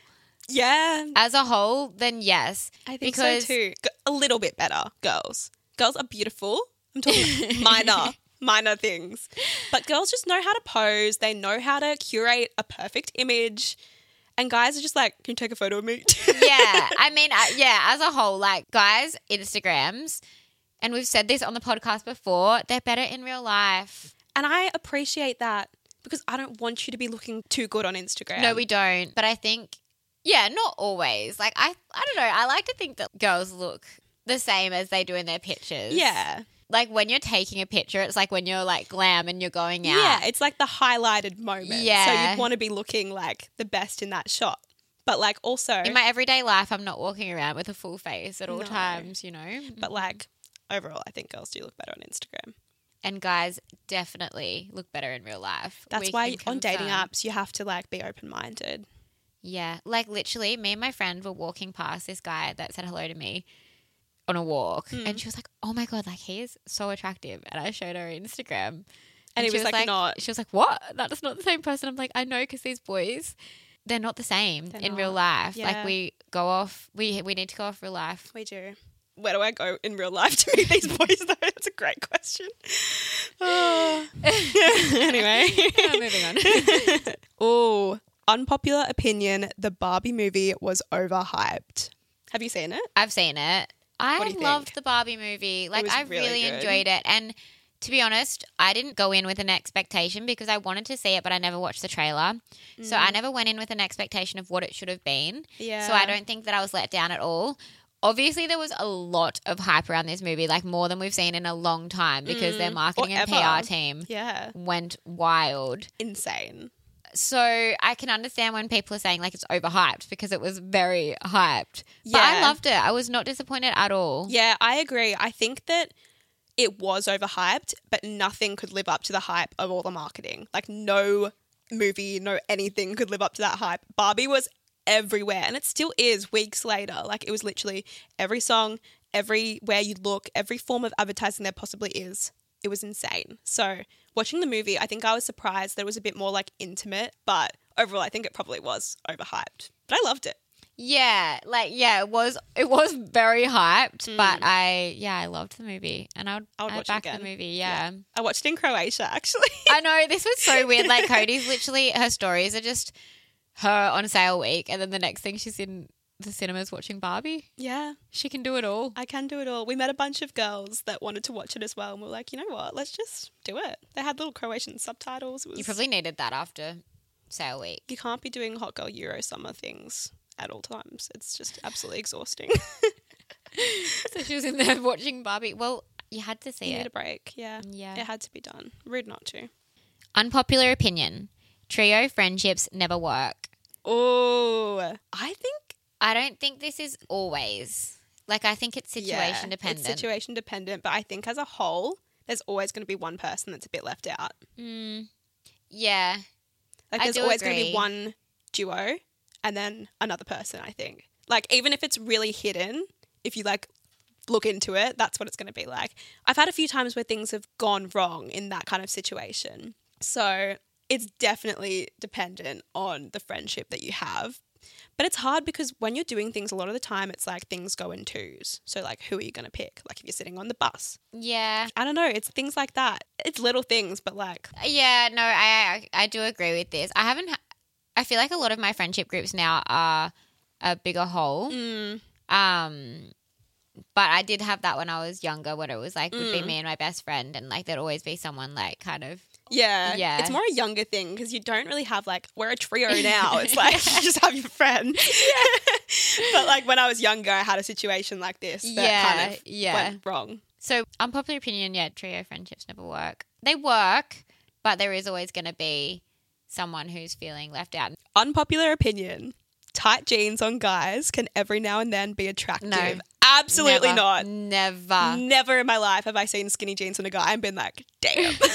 Speaker 2: yeah,
Speaker 1: as a whole, then yes.
Speaker 2: I think
Speaker 1: because-
Speaker 2: so too. G- A little bit better, girls. Girls are beautiful. I'm talking minor, minor things. But girls just know how to pose. They know how to curate a perfect image. And guys are just like, can you take a photo of me?
Speaker 1: Yeah, I mean, I, yeah, as a whole, like guys, Instagrams, and we've said this on the podcast before, they're better in real life.
Speaker 2: and I appreciate that because I don't want you to be looking too good on Instagram.
Speaker 1: No, we don't. But I think, yeah, not always. Like I, I don't know. I like to think that girls look the same as they do in their pictures.
Speaker 2: Yeah.
Speaker 1: Like when you're taking a picture, it's like when you're like glam and you're going out.
Speaker 2: Yeah. It's like the highlighted moment. So
Speaker 1: Yeah.
Speaker 2: you'd want to be looking like the best in that shot. But like also,
Speaker 1: In my everyday life, I'm not walking around with a full face at all
Speaker 2: No.
Speaker 1: times, you know.
Speaker 2: but like overall, I think girls do look better on Instagram.
Speaker 1: And guys definitely look better in real life.
Speaker 2: That's
Speaker 1: We
Speaker 2: why
Speaker 1: can
Speaker 2: on dating
Speaker 1: confirm.
Speaker 2: apps you have to like be open minded.
Speaker 1: Yeah. Like literally, me and my friend were walking past this guy that said hello to me on a walk.
Speaker 2: Hmm.
Speaker 1: And she was like, Oh my God, like he is so attractive. And I showed her Instagram.
Speaker 2: And he was like, "Not."
Speaker 1: She was like, What? That's not the same person. I'm like, I know because these boys, they're not the same
Speaker 2: They're
Speaker 1: in real
Speaker 2: not.
Speaker 1: life.
Speaker 2: Yeah.
Speaker 1: Like we go off, we, we need to go off real life.
Speaker 2: We do. Where do I go in real life to meet these boys though? That's a great question. Oh. anyway.
Speaker 1: moving on.
Speaker 2: oh, unpopular opinion, the Barbie movie was overhyped. Have you seen it?
Speaker 1: I've seen it. I
Speaker 2: do you
Speaker 1: loved
Speaker 2: think?
Speaker 1: the Barbie movie. Like
Speaker 2: was
Speaker 1: I
Speaker 2: really
Speaker 1: really
Speaker 2: good.
Speaker 1: enjoyed it and to be honest, I didn't go in with an expectation because I wanted to see it but I never watched the trailer. So I never went in with an expectation of what it should have been.
Speaker 2: Mm. Yeah.
Speaker 1: So I don't think that I was let down at all. Obviously there was a lot of hype around this movie, like more than we've seen in a long time because their marketing and
Speaker 2: Mm.
Speaker 1: PR
Speaker 2: ever.
Speaker 1: team
Speaker 2: Yeah.
Speaker 1: went wild.
Speaker 2: Insane.
Speaker 1: So I can understand when people are saying like it's overhyped because it was very hyped. But I
Speaker 2: Yeah.
Speaker 1: loved it. I was not disappointed at all.
Speaker 2: Yeah, I agree. I think that it was overhyped, but nothing could live up to the hype of all the marketing. Like no movie, no anything could live up to that hype. Barbie was everywhere and it still is weeks later. Like it was literally every song, everywhere you look, every form of advertising there possibly is. It was insane. So watching the movie, I think I was surprised that it was a bit more like intimate, but overall I think it probably was overhyped. But I loved it.
Speaker 1: Yeah, like yeah, it was it was very hyped, but I yeah, I loved the movie and I would I
Speaker 2: Mm. I would
Speaker 1: would
Speaker 2: watch it
Speaker 1: back the
Speaker 2: again.
Speaker 1: movie. Yeah.
Speaker 2: I watched it in Croatia actually.
Speaker 1: I know this was so weird. Like Cody's literally her stories are just her on sale week, and then the next thing she's in the cinemas watching Barbie.
Speaker 2: yeah.
Speaker 1: She can do it all.
Speaker 2: I can do it all. We met a bunch of girls that wanted to watch it as well, and we are like, you know what? Let's just do it. They had little Croatian subtitles. It was,
Speaker 1: You
Speaker 2: you,
Speaker 1: probably needed that after sale week.
Speaker 2: can't be doing hot girl Euro summer things at all times. It's just absolutely exhausting.
Speaker 1: So she was in there watching Barbie. Well, you had to see
Speaker 2: you need
Speaker 1: it.
Speaker 2: a break. Yeah.
Speaker 1: Yeah.
Speaker 2: It had to be done. Rude not to.
Speaker 1: Unpopular opinion. Trio friendships never work.
Speaker 2: Oh, I think
Speaker 1: I don't think this is always. Like I think it's situation
Speaker 2: yeah,
Speaker 1: dependent.
Speaker 2: It's situation dependent, but I think as a whole, there's always going to be one person that's a bit left out.
Speaker 1: Mm, yeah.
Speaker 2: Like
Speaker 1: I
Speaker 2: there's
Speaker 1: do
Speaker 2: always going to
Speaker 1: agree.
Speaker 2: be one duo and then another person, I think. Like even if it's really hidden, if you like look into it, that's what it's going to be like. I've had a few times where things have gone wrong in that kind of situation. So it's definitely dependent on the friendship that you have. But it's hard because when you're doing things a lot of the time, it's like things go in twos. So, like, who are you going to pick? Like, if you're sitting on the bus,
Speaker 1: Yeah.
Speaker 2: I don't know. It's things like that. It's little things, but like,
Speaker 1: Yeah, no, I I do agree with this. I haven't. ha- I feel like a lot of my friendship groups now are a bigger whole.
Speaker 2: mm,
Speaker 1: Um, but I did have that when I was younger, when it was like would
Speaker 2: Mm.
Speaker 1: be me and my best friend, and like there'd always be someone like kind of
Speaker 2: yeah,
Speaker 1: Yeah.
Speaker 2: It's more a younger thing because you don't really have like we're a trio now. It's like you just have your friend. but like when I was younger, I had a situation like this that
Speaker 1: yeah,
Speaker 2: kind of
Speaker 1: yeah.
Speaker 2: went wrong.
Speaker 1: So unpopular opinion, yeah, trio friendships never work. They work, but there is always going to be someone who's feeling left out.
Speaker 2: Unpopular opinion: tight jeans on guys can every now and then be attractive.
Speaker 1: No.
Speaker 2: Absolutely
Speaker 1: Never,
Speaker 2: not.
Speaker 1: Never.
Speaker 2: Never in my life have I seen skinny jeans on a guy and been like, damn. like,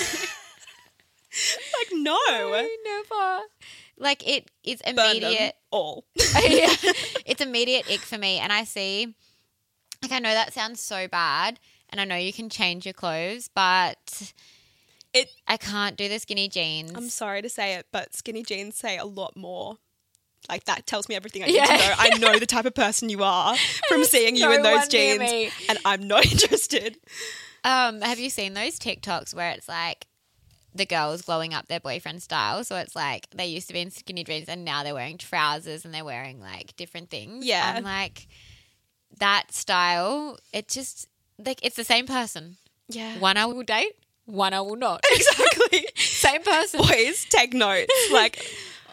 Speaker 2: no.
Speaker 1: never. Like it, it's
Speaker 2: Burn them
Speaker 1: immediate.
Speaker 2: all.
Speaker 1: Yeah. it's immediate ick for me. And I see, like, I know that sounds so bad, and I know you can change your clothes, but
Speaker 2: It-
Speaker 1: I can't do the skinny jeans.
Speaker 2: I'm sorry to say it, but skinny jeans say a lot more. Like, that tells me everything I need
Speaker 1: Yeah.
Speaker 2: to know. I know the type of person you are from seeing you
Speaker 1: no
Speaker 2: in those
Speaker 1: one near
Speaker 2: jeans,
Speaker 1: me.
Speaker 2: and I'm not interested.
Speaker 1: Um, have you seen those TikToks where it's like the girls glowing up their boyfriend style? So it's like they used to be in skinny jeans and now they're wearing trousers and they're wearing like different things.
Speaker 2: Yeah.
Speaker 1: I'm like that style. It just like it's the same person.
Speaker 2: Yeah.
Speaker 1: One I will date, one I will not.
Speaker 2: Exactly.
Speaker 1: same person.
Speaker 2: Boys, take notes. Like,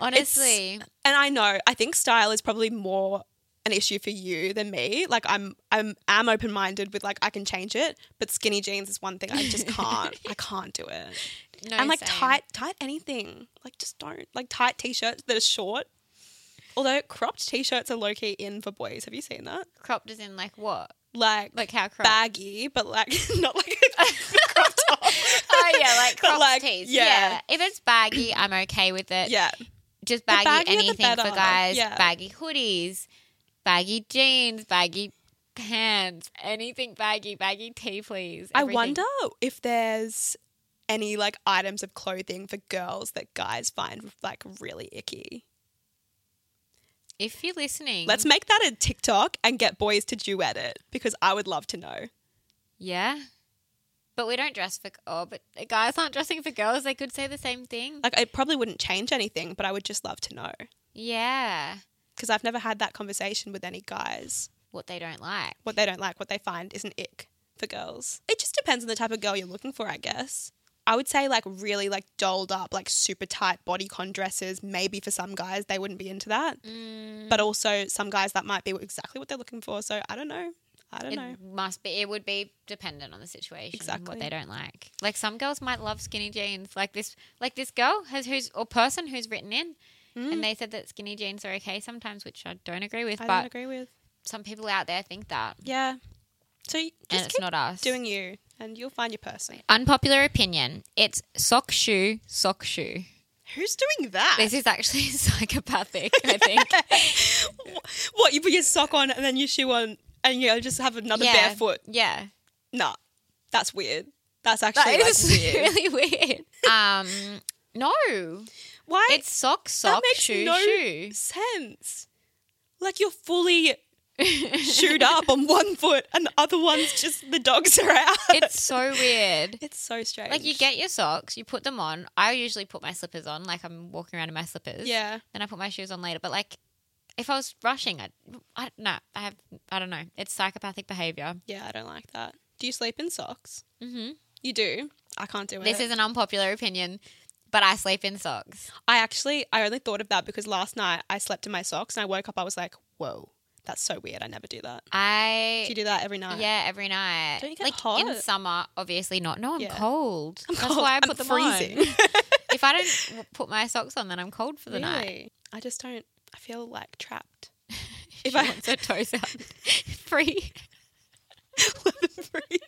Speaker 1: Honestly,
Speaker 2: and I know I think style is probably more an issue for you than me. Like I'm I'm am open minded with like I can change it, but skinny jeans is one thing I just can't. I can't do it.
Speaker 1: no,
Speaker 2: and like
Speaker 1: same.
Speaker 2: tight tight anything. Like just don't like tight t shirts that are short. Although cropped t shirts are low key in for boys. Have you seen that?
Speaker 1: cropped is in like what?
Speaker 2: Like,
Speaker 1: Like how cropped?
Speaker 2: baggy, but like not like a crop top.
Speaker 1: Oh yeah, like
Speaker 2: But,
Speaker 1: cropped
Speaker 2: like,
Speaker 1: tees.
Speaker 2: yeah.
Speaker 1: If it's baggy, I'm okay with it.
Speaker 2: yeah.
Speaker 1: just
Speaker 2: The
Speaker 1: baggy,
Speaker 2: baggier the
Speaker 1: anything for
Speaker 2: better,
Speaker 1: guys.
Speaker 2: yeah.
Speaker 1: Baggy hoodies, baggy jeans, baggy pants, anything baggy, baggy tea, please.
Speaker 2: I
Speaker 1: everything.
Speaker 2: wonder if there's any like items of clothing for girls that guys find like really icky.
Speaker 1: if you're listening.
Speaker 2: Let's make that a TikTok and get boys to duet it because I would love to know.
Speaker 1: yeah. But we don't dress for oh, but the guys aren't dressing for girls. They could say the same thing.
Speaker 2: Like, I probably wouldn't change anything, but I would just love to know
Speaker 1: yeah,
Speaker 2: because I've never had that conversation with any guys.
Speaker 1: what they don't like.
Speaker 2: What they don't like, what they find is an ick for girls. It just depends on the type of girl you're looking for, I guess. I would say like really like dolled up, like super tight bodycon dresses. Maybe for some guys they wouldn't be into that.
Speaker 1: Mm,
Speaker 2: but also some guys that might be exactly what they're looking for. So I don't know. I don't
Speaker 1: it
Speaker 2: know.
Speaker 1: must be. It would be dependent on the situation.
Speaker 2: Exactly.
Speaker 1: What they don't like. Like some girls might love skinny jeans. Like this. Like this girl has who's or person who's written in.
Speaker 2: Mm,
Speaker 1: And they said that skinny jeans are okay sometimes, which I don't agree with.
Speaker 2: I
Speaker 1: but
Speaker 2: don't agree with.
Speaker 1: some people out there think that,
Speaker 2: Yeah. So you
Speaker 1: and
Speaker 2: just
Speaker 1: it's
Speaker 2: keep
Speaker 1: not us.
Speaker 2: doing you, and you'll find your person.
Speaker 1: Unpopular opinion: It's sock shoe, sock shoe.
Speaker 2: Who's doing that?
Speaker 1: This is actually psychopathic. I think.
Speaker 2: what you put your sock on and then your shoe on, and you just have another
Speaker 1: yeah,
Speaker 2: barefoot.
Speaker 1: Yeah,
Speaker 2: Nah, that's weird. That's
Speaker 1: that
Speaker 2: actually
Speaker 1: is
Speaker 2: like, weird.
Speaker 1: really weird. Um, no,
Speaker 2: Why?
Speaker 1: it's sock, sock,
Speaker 2: makes
Speaker 1: shoe,
Speaker 2: no
Speaker 1: shoe.
Speaker 2: sense. Like you're fully shoed up on one foot, and the other one's just the dogs are out.
Speaker 1: It's so weird.
Speaker 2: it's so strange.
Speaker 1: Like you get your socks, you put them on. I usually put my slippers on, like I'm walking around in my slippers.
Speaker 2: yeah.
Speaker 1: then I put my shoes on later. But like, if I was rushing, I, I no, I have, I don't know. It's psychopathic behavior.
Speaker 2: Yeah, I don't like that. Do you sleep in socks?
Speaker 1: hmm
Speaker 2: You do. I can't do
Speaker 1: This
Speaker 2: it.
Speaker 1: is an unpopular opinion, but I sleep in socks.
Speaker 2: I actually, I only thought of that because last night I slept in my socks and I woke up. I was like, whoa, that's so weird. I never do that. Do you
Speaker 1: I
Speaker 2: do that every night?
Speaker 1: yeah, every night.
Speaker 2: Don't you get
Speaker 1: like in
Speaker 2: hot?
Speaker 1: summer, obviously not. No, I'm
Speaker 2: Yeah.
Speaker 1: cold.
Speaker 2: I'm
Speaker 1: That's
Speaker 2: cold.
Speaker 1: why I
Speaker 2: I'm
Speaker 1: put them
Speaker 2: freezing.
Speaker 1: on. if I don't w- put my socks on, then I'm cold for the
Speaker 2: really?
Speaker 1: night.
Speaker 2: I just don't. I feel like trapped.
Speaker 1: If
Speaker 2: If
Speaker 1: I
Speaker 2: I-
Speaker 1: want her toes out, free.
Speaker 2: Free.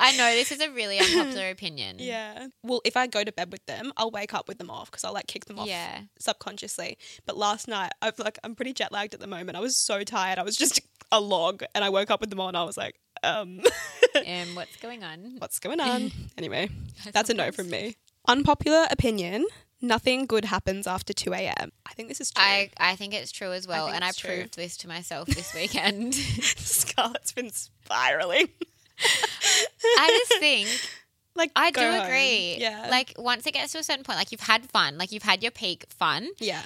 Speaker 1: I know this is a really unpopular opinion.
Speaker 2: yeah. Well, if I go to bed with them, I'll wake up with them off because I'll like kick them off
Speaker 1: Yeah.
Speaker 2: subconsciously. But last night, I've like I'm pretty jet lagged at the moment. I was so tired. I was just a log, and I woke up with them on. I was like, um.
Speaker 1: Um, what's going on?
Speaker 2: what's going on? anyway,
Speaker 1: I
Speaker 2: that's a no
Speaker 1: sometimes-
Speaker 2: from me. Unpopular opinion nothing good happens after 2 a.m. I think this is true.
Speaker 1: I, I think it's true as well.
Speaker 2: think
Speaker 1: And I
Speaker 2: it's true.
Speaker 1: proved this to myself this weekend.
Speaker 2: Scarlett's been spiraling.
Speaker 1: I just think
Speaker 2: like
Speaker 1: I
Speaker 2: go
Speaker 1: do
Speaker 2: home.
Speaker 1: agree.
Speaker 2: Yeah.
Speaker 1: Like once it gets to a certain point, like you've had fun, like you've had your peak fun,
Speaker 2: yeah.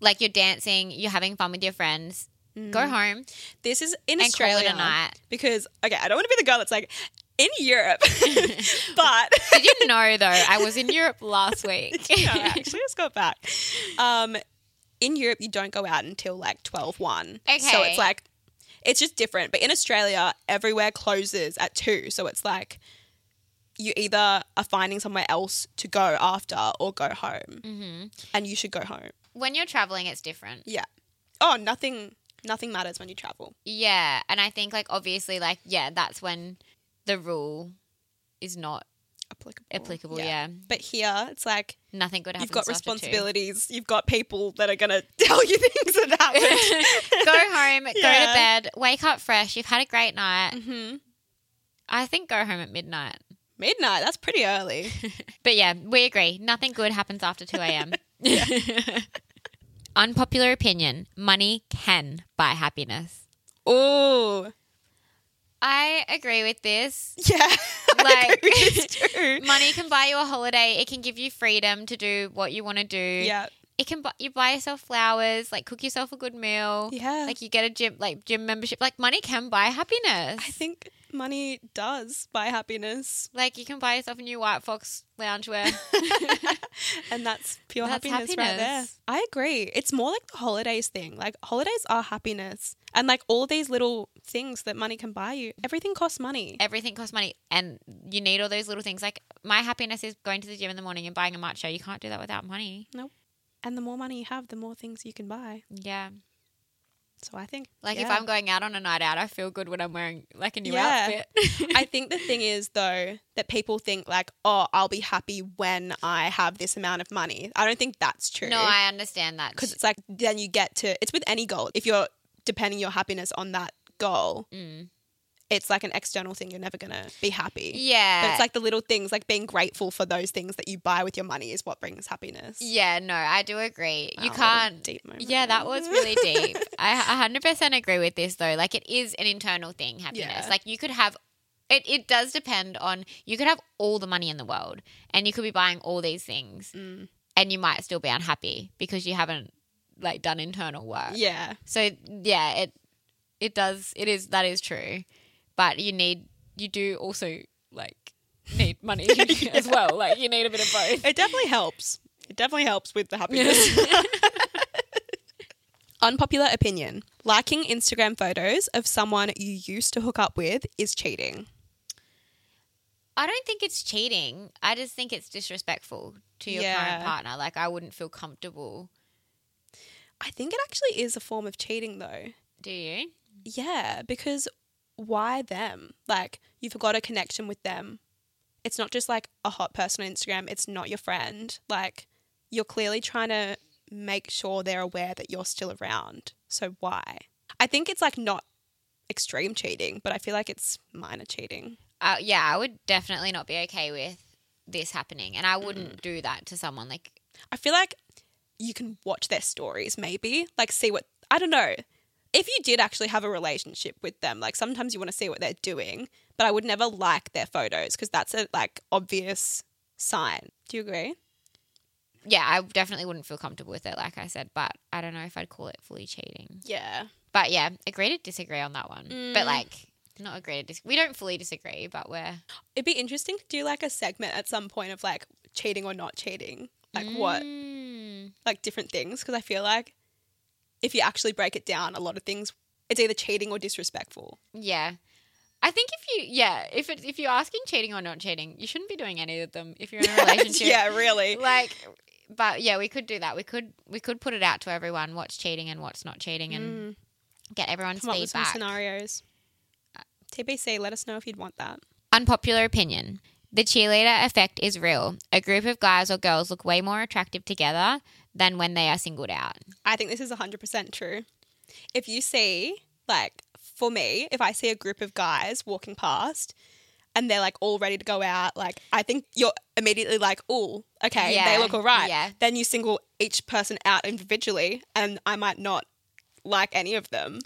Speaker 1: like you're dancing, you're having fun with your friends. Go home.
Speaker 2: This is in
Speaker 1: And call it a
Speaker 2: Mm. Australia
Speaker 1: night.
Speaker 2: because okay, I don't want to be the girl that's like in Europe, but
Speaker 1: Did you know though? I was in Europe last week.
Speaker 2: no, I actually just got back. Um, in Europe, you don't go out until like 12, 1. So
Speaker 1: Okay.
Speaker 2: it's like, it's just different. But in Australia, everywhere closes at 2. So it's like, you either are finding somewhere else to go after or go home.
Speaker 1: Mhm.
Speaker 2: And you should go home.
Speaker 1: When you're traveling, it's different.
Speaker 2: Yeah. Oh, nothing. Nothing matters when you travel.
Speaker 1: Yeah, and I think like obviously like yeah, that's when the rule is not
Speaker 2: Applicable.
Speaker 1: applicable. Yeah,
Speaker 2: But here, it's like
Speaker 1: nothing good happens.
Speaker 2: you've got
Speaker 1: after two.
Speaker 2: responsibilities. You've got people that are going to tell you things that happened.
Speaker 1: go home, go to
Speaker 2: Yeah.
Speaker 1: bed, wake up fresh. You've had a great night.
Speaker 2: hmm
Speaker 1: I think go home at midnight.
Speaker 2: Midnight. That's pretty early.
Speaker 1: But yeah, we agree. Nothing good happens after 2 a.m. Unpopular opinion money can buy happiness.
Speaker 2: Oh,
Speaker 1: I agree with this.
Speaker 2: yeah.
Speaker 1: Like-
Speaker 2: Like, it's true.
Speaker 1: Money can buy you a holiday. It can give you freedom to do what you want to do.
Speaker 2: Yeah.
Speaker 1: It can buy you buy yourself flowers, like cook yourself a good meal.
Speaker 2: Yeah.
Speaker 1: Like you get a gym like gym membership. Like money can buy happiness.
Speaker 2: I think money does buy happiness,
Speaker 1: like you can buy yourself a new white fox loungewear.
Speaker 2: and that's pure
Speaker 1: That's
Speaker 2: happiness, right there.
Speaker 1: happiness.
Speaker 2: I agree. It's more like the holidays thing. Like, holidays are happiness, and like all these little things that money can buy you, everything costs money.
Speaker 1: everything costs money and you need all those little things. Like my happiness is going to the gym in the morning and buying a matcha. You can't do that without money.
Speaker 2: And the more money you have, the more things you can buy.
Speaker 1: Yeah.
Speaker 2: So, I think,
Speaker 1: Like if
Speaker 2: yeah.
Speaker 1: I'm going out on a night out, I feel good when I'm wearing like a new
Speaker 2: Yeah.
Speaker 1: outfit.
Speaker 2: I think the thing is though that people think like, oh, I'll be happy when I have this amount of money. I don't think that's true.
Speaker 1: no, I understand that.
Speaker 2: because it's like then you get to it's with any goal if you're depending your happiness on that goal
Speaker 1: Mm.
Speaker 2: it's like an external thing you're never gonna be happy
Speaker 1: Yeah.
Speaker 2: but it's like the little things like being grateful for those things that you buy with your money is what brings happiness
Speaker 1: Yeah, no, I do agree. you
Speaker 2: Wow, what a
Speaker 1: can't
Speaker 2: deep moment
Speaker 1: Yeah, that
Speaker 2: there.
Speaker 1: was really deep. I 100% agree with this though. Like it is an internal thing, happiness.
Speaker 2: Yeah.
Speaker 1: Like you could have it it does depend on you could have all the money in the world and you could be buying all these things
Speaker 2: Mm.
Speaker 1: and you might still be unhappy because you haven't like done internal work.
Speaker 2: yeah
Speaker 1: So yeah, it it does it is that is true. But you need you do also like need money as well. Like you need a bit of both.
Speaker 2: it definitely helps it definitely helps with the happiness unpopular opinion liking instagram photos of someone you used to hook up with is cheating
Speaker 1: I don't think it's cheating. I just think it's disrespectful to your
Speaker 2: Yeah.
Speaker 1: current partner. Like I wouldn't feel comfortable.
Speaker 2: i think it actually is a form of cheating though
Speaker 1: Do you?
Speaker 2: Yeah, because why them? Like, you've got a connection with them. It's not just like a hot person on Instagram, it's not your friend. Like, you're clearly trying to make sure they're aware that you're still around. So, why? I think it's like not extreme cheating, but I feel like it's minor cheating.
Speaker 1: Uh, yeah, I would definitely not be okay with this happening, and I
Speaker 2: Mm.
Speaker 1: wouldn't do that to someone. Like,
Speaker 2: I feel like you can watch their stories, maybe, like, see what I don't know. If you did actually have a relationship with them, like sometimes you want to see what they're doing, but I would never like their photos because that's a like obvious sign. Do you agree?
Speaker 1: yeah, I definitely wouldn't feel comfortable with it. Like I said, but I don't know if I'd call it fully cheating.
Speaker 2: Yeah.
Speaker 1: But yeah, agree to disagree on that one. But
Speaker 2: Mm.
Speaker 1: like, not agree to dis- We don't fully disagree, but we're
Speaker 2: It'd be interesting to do like a segment at some point of like cheating or not cheating, like what,
Speaker 1: Mm.
Speaker 2: like different things, because I feel like if you actually break it down, a lot of things, it's either cheating or disrespectful.
Speaker 1: Yeah. I think if you yeah, if it, if you're asking cheating or not cheating, you shouldn't be doing any of them if you're in a relationship.
Speaker 2: yeah, really.
Speaker 1: Like but yeah, we could do that. We could we could put it out to everyone what's cheating and what's not cheating and
Speaker 2: Mm.
Speaker 1: get everyone's
Speaker 2: come up with some
Speaker 1: feedback.
Speaker 2: scenarios. Uh, TBC, let us know if you'd want that.
Speaker 1: Unpopular opinion. The cheerleader effect is real. A group of guys or girls look way more attractive together than when they are singled out.
Speaker 2: I think this is 100% true. If you see, like, for me, if I see a group of guys walking past and they're like all ready to go out, like I think you're immediately like, oh, okay,
Speaker 1: Yeah,
Speaker 2: they look all right.
Speaker 1: yeah.
Speaker 2: Then you single each person out individually, and I might not like any of them.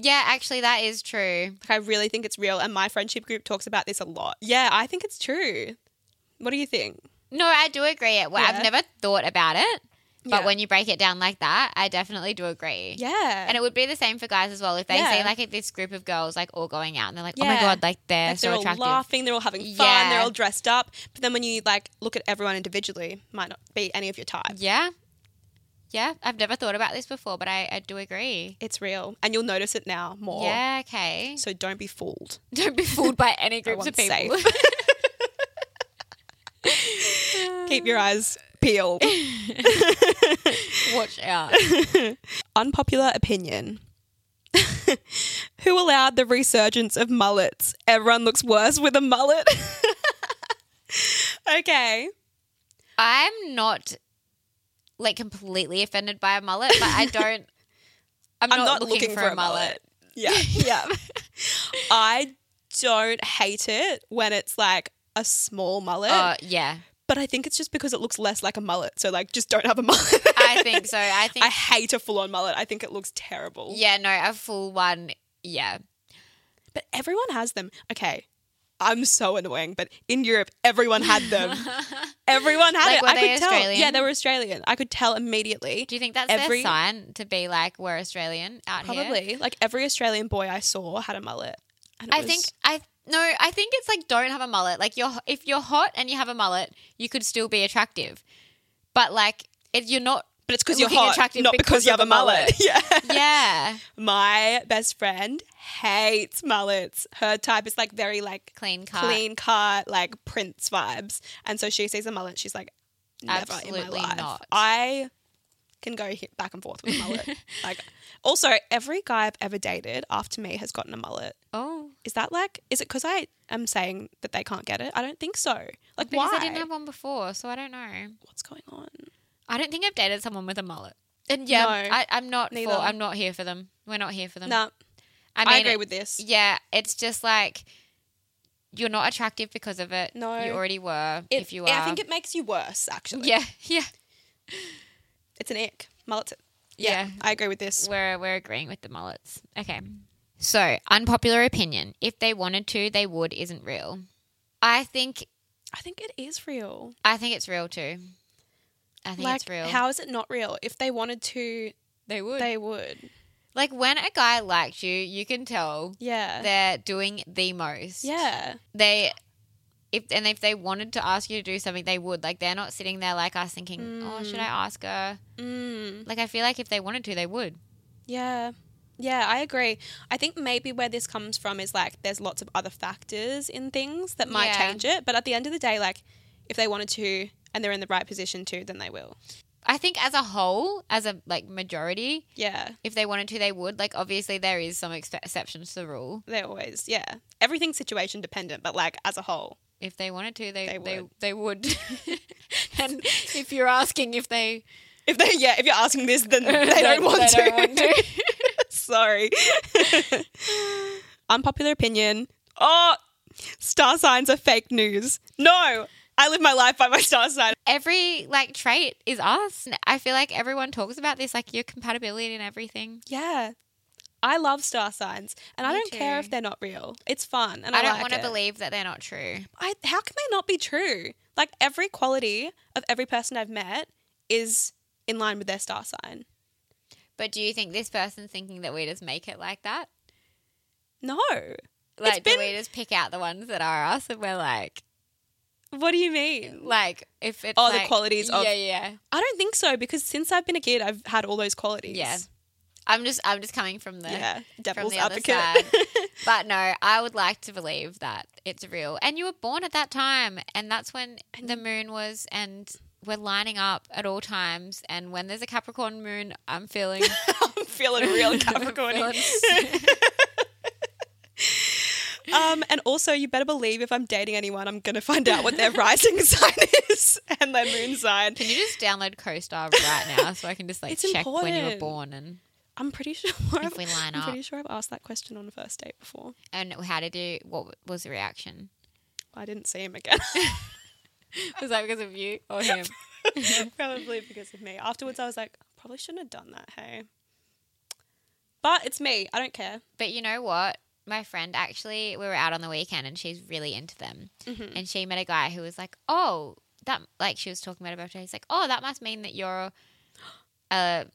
Speaker 1: Yeah, actually, that is true.
Speaker 2: Like, I really think it's real, and my friendship group talks about this a lot. Yeah, I think it's true. What do you think?
Speaker 1: No, I do agree. It. Well, I've
Speaker 2: Yeah.
Speaker 1: never thought about it, but
Speaker 2: Yeah.
Speaker 1: when you break it down like that, I definitely do agree.
Speaker 2: Yeah.
Speaker 1: And it would be the same for guys as well. If they see
Speaker 2: Yeah.
Speaker 1: like this group of girls like all going out and they're like, oh my
Speaker 2: Yeah.
Speaker 1: god, like they're
Speaker 2: Like,
Speaker 1: so
Speaker 2: they're all
Speaker 1: attractive.
Speaker 2: laughing, they're all having fun,
Speaker 1: Yeah.
Speaker 2: they're all dressed up. But then when you like look at everyone individually, might not be any of your type.
Speaker 1: Yeah. Yeah. I've never thought about this before, but I, I do agree.
Speaker 2: It's real, and you'll notice it now more.
Speaker 1: Yeah, okay.
Speaker 2: So don't be fooled.
Speaker 1: Don't be fooled by any groups of
Speaker 2: one's
Speaker 1: people.
Speaker 2: Keep your eyes peeled.
Speaker 1: Watch out.
Speaker 2: Unpopular opinion. Who allowed the resurgence of mullets? Everyone looks worse with a mullet. okay.
Speaker 1: I'm not like completely offended by a mullet, but I don't. I'm, not, looking, for, a mullet.
Speaker 2: Yeah. Yeah. I don't hate it when it's like a small mullet,
Speaker 1: Uh, yeah,
Speaker 2: but I think it's just because it looks less like a mullet. So, like, just don't have a mullet.
Speaker 1: I think so. I think.
Speaker 2: I hate a full on mullet. I think it looks terrible.
Speaker 1: yeah, no, a full one. Yeah.
Speaker 2: But everyone has them. Okay. I'm so annoying, but in Europe, everyone had them. everyone had
Speaker 1: Like,
Speaker 2: it.
Speaker 1: were
Speaker 2: I
Speaker 1: they
Speaker 2: could
Speaker 1: Australian?
Speaker 2: tell. Yeah, they were Australian. I could tell immediately.
Speaker 1: Do you think that's
Speaker 2: Every-
Speaker 1: their sign to be like we're Australian out here?
Speaker 2: Probably. Like every Australian boy I saw had a mullet. And it
Speaker 1: I
Speaker 2: was-
Speaker 1: think I no. I think it's like don't have a mullet. Like you're if you're hot and you have a mullet, you could still be attractive, but like if you're not.
Speaker 2: But it's because you're
Speaker 1: looking
Speaker 2: hot,
Speaker 1: attractive
Speaker 2: not
Speaker 1: because
Speaker 2: because you
Speaker 1: of
Speaker 2: have
Speaker 1: the
Speaker 2: a
Speaker 1: mullet.
Speaker 2: mullet. yeah.
Speaker 1: Yeah,
Speaker 2: My best friend hates mullets. Her type is like very like
Speaker 1: clean cut.
Speaker 2: clean cut, like prince vibes. And so she sees a mullet, she's like, never in my
Speaker 1: Absolutely
Speaker 2: life.
Speaker 1: not.
Speaker 2: I can go he- back and forth with a mullet. like, also, every guy I've ever dated after me has gotten a mullet.
Speaker 1: Oh,
Speaker 2: Is that like, is it because I am saying that they can't get it? I don't think so. Like,
Speaker 1: because
Speaker 2: why?
Speaker 1: I didn't have one before, so I don't know.
Speaker 2: What's going on?
Speaker 1: I don't think I've dated someone with a mullet. And yeah,
Speaker 2: No,
Speaker 1: I, I'm not. For,
Speaker 2: neither.
Speaker 1: I'm not here for them. We're not here for them.
Speaker 2: Nah,
Speaker 1: Um, I
Speaker 2: I,
Speaker 1: mean,
Speaker 2: agree
Speaker 1: it-
Speaker 2: with this.
Speaker 1: yeah, it's just like you're not attractive because of it.
Speaker 2: No.
Speaker 1: you already were.
Speaker 2: It-
Speaker 1: if you are,
Speaker 2: I think it makes you worse, actually.
Speaker 1: yeah, yeah,
Speaker 2: It's an ick. Mullet's
Speaker 1: yeah,
Speaker 2: I agree with this.
Speaker 1: We're we're agreeing with the mullets. Okay. So unpopular opinion: if they wanted to, they would. Isn't real. I think.
Speaker 2: I think it is real.
Speaker 1: I think it's real too. I think
Speaker 2: like,
Speaker 1: it's real.
Speaker 2: how is it not real? If they wanted to,
Speaker 1: they would.
Speaker 2: they would.
Speaker 1: like when a guy likes you, you can tell
Speaker 2: Yeah.
Speaker 1: they're doing the most.
Speaker 2: yeah.
Speaker 1: they if and if they wanted to ask you to do something they would like they're not sitting there like us thinking oh should i ask her
Speaker 2: Mm.
Speaker 1: like i feel like if they wanted to they would
Speaker 2: Yeah. Yeah, I agree. I think maybe where this comes from is like there's lots of other factors in things that might
Speaker 1: Yeah.
Speaker 2: change it. But at the end of the day, like if they wanted to and they're in the right position to, then they will.
Speaker 1: i think as a whole as a like majority
Speaker 2: Yeah.
Speaker 1: if they wanted to they would like obviously there is some ex- exceptions to the rule
Speaker 2: They always, yeah. Everything's situation dependent, but like as a whole.
Speaker 1: if they wanted to they they
Speaker 2: They
Speaker 1: they,
Speaker 2: would.
Speaker 1: would and if you're asking if they
Speaker 2: If they, yeah, if you're asking this, then they don't want
Speaker 1: they
Speaker 2: to.
Speaker 1: don't want to
Speaker 2: Sorry. Unpopular opinion. Oh, star signs are fake news. No, I live my life by my star sign.
Speaker 1: every like trait is us i feel like everyone talks about this like your compatibility and everything
Speaker 2: Yeah. I love star signs and I
Speaker 1: Me
Speaker 2: don't care
Speaker 1: too.
Speaker 2: if they're not real. It's fun and
Speaker 1: i,
Speaker 2: I,
Speaker 1: don't
Speaker 2: like
Speaker 1: want to
Speaker 2: it.
Speaker 1: believe that they're not true
Speaker 2: I, how can they not be true? Like every quality of every person I've met is in line with their star sign.
Speaker 1: But do you think this person's thinking that we just make it like that?
Speaker 2: No.
Speaker 1: Like, do
Speaker 2: been-
Speaker 1: we just pick out the ones that are us and we're like,
Speaker 2: What do you mean?
Speaker 1: like if it's
Speaker 2: Oh, the
Speaker 1: like-
Speaker 2: qualities of-
Speaker 1: yeah, yeah.
Speaker 2: I don't think so because since I've been a kid, I've had all those qualities.
Speaker 1: Yeah. I'm just, I'm just coming from the,
Speaker 2: Yeah.
Speaker 1: from
Speaker 2: Devil's
Speaker 1: the other
Speaker 2: advocate.
Speaker 1: side. but no, I would like to believe that it's real. And you were born at that time, and that's when the moon was, and we're lining up at all times. And when there's a Capricorn moon, I'm feeling
Speaker 2: I'm feeling real Capricorn.
Speaker 1: Feeling-
Speaker 2: um, and also, you better believe if I'm dating anyone, I'm gonna find out what their rising sign is and their moon sign.
Speaker 1: Can you just download CoStar right now so I can just like
Speaker 2: It's
Speaker 1: check when you were
Speaker 2: important.
Speaker 1: born and
Speaker 2: I'm pretty sure. I've-
Speaker 1: we line
Speaker 2: I'm
Speaker 1: up.
Speaker 2: pretty sure I've asked that question on a first date before.
Speaker 1: and how did you? What was the reaction?
Speaker 2: I didn't see him again.
Speaker 1: Was that because of you or him?
Speaker 2: probably because of me. Afterwards, I was like, I probably shouldn't have done that, hey. But it's me. I don't care.
Speaker 1: But you know what? My friend actually, we were out on the weekend and she's really into them.
Speaker 2: Mm-hmm.
Speaker 1: And she met a guy who was like, oh, that, like, she was talking about a birthday. He's like, oh, that must mean that you're a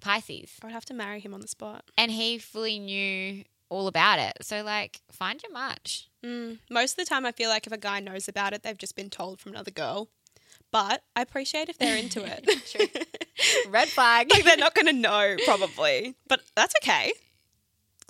Speaker 1: Pisces.
Speaker 2: I would have to marry him on the spot.
Speaker 1: And he fully knew all about it. So, like, find your match.
Speaker 2: Mm. Most of the time, I feel like if a guy knows about it, they've just been told from another girl. But I appreciate if they're into it.
Speaker 1: True. Red flag.
Speaker 2: like they're not going to know, probably. But that's okay.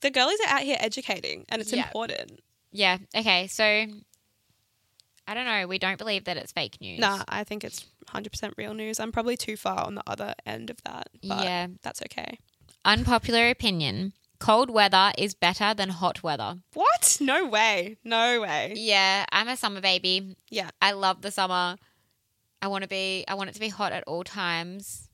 Speaker 2: The girlies are out here educating, and it's
Speaker 1: Yeah.
Speaker 2: important.
Speaker 1: yeah. Okay. So, I don't know. We don't believe that it's fake news.
Speaker 2: Nah, I think it's 100% real news. I'm probably too far on the other end of that. But
Speaker 1: Yeah.
Speaker 2: That's okay.
Speaker 1: Unpopular opinion. Cold weather is better than hot weather.
Speaker 2: What? No way. No way.
Speaker 1: Yeah, I'm a summer baby.
Speaker 2: Yeah.
Speaker 1: I love the summer. I want to be. I want it to be hot at all times.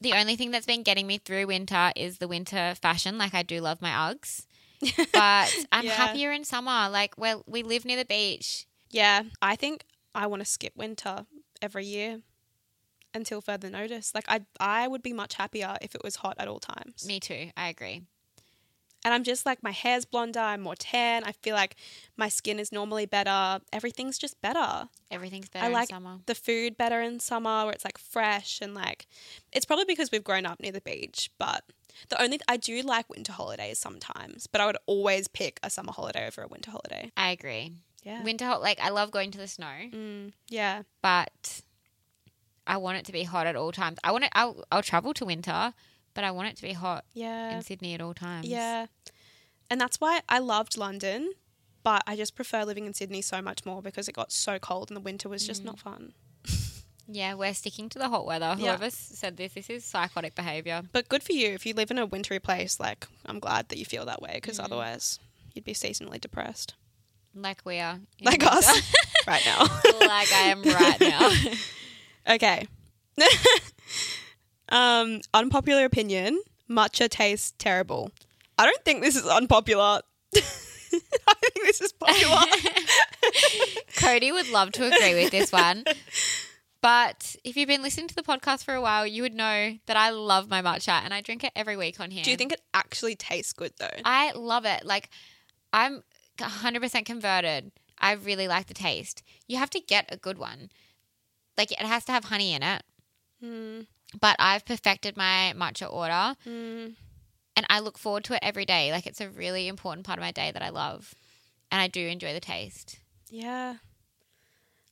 Speaker 1: The only thing that's been getting me through winter is the winter fashion. Like I do love my Uggs, but I'm
Speaker 2: Yeah.
Speaker 1: happier in summer. Like well, we live near the beach.
Speaker 2: Yeah. I think I want to skip winter every year until further notice. Like, I, I would be much happier if it was hot at all times.
Speaker 1: Me too. I agree.
Speaker 2: and I'm just like my hair's blonder, I'm more tan. I feel like my skin is normally better. Everything's just better.
Speaker 1: Everything's better
Speaker 2: I like
Speaker 1: in summer.
Speaker 2: the food better in summer where it's like fresh and like it's probably because we've grown up near the beach, but the only I do like winter holidays sometimes, but I would always pick a summer holiday over a winter holiday.
Speaker 1: I agree.
Speaker 2: Yeah.
Speaker 1: Winter hot. Like I love going to the snow,
Speaker 2: Mm, yeah.
Speaker 1: but I want it to be hot at all times. I want it. I'll, I'll travel to winter, but I want it to be hot
Speaker 2: Yeah.
Speaker 1: in Sydney at all times.
Speaker 2: Yeah. And that's why I loved London, but I just prefer living in Sydney so much more because it got so cold and the winter was just not fun.
Speaker 1: Yeah, we're sticking to the hot weather.
Speaker 2: Yeah.
Speaker 1: Whoever s said this, this is psychotic behavior.
Speaker 2: But good for you if you live in a wintry place. Like I'm glad that you feel that way
Speaker 1: Mm-hmm.
Speaker 2: because otherwise you'd be seasonally depressed,
Speaker 1: Like we are. in
Speaker 2: like
Speaker 1: winter.
Speaker 2: us right now.
Speaker 1: like I am right now.
Speaker 2: okay. um, unpopular opinion: matcha tastes terrible. I don't think this is unpopular. I think this is popular.
Speaker 1: Cody would love to agree with this one. But if you've been listening to the podcast for a while, you would know that I love my matcha and I drink it every week on here.
Speaker 2: Do you think it actually tastes good though?
Speaker 1: I love it. Like, I'm 100% converted. I really like the taste. You have to get a good one. Like, it has to have honey in it. But I've perfected my matcha order and I look forward to it every day. Like, it's a really important part of my day that I love. And I do enjoy the taste.
Speaker 2: Yeah.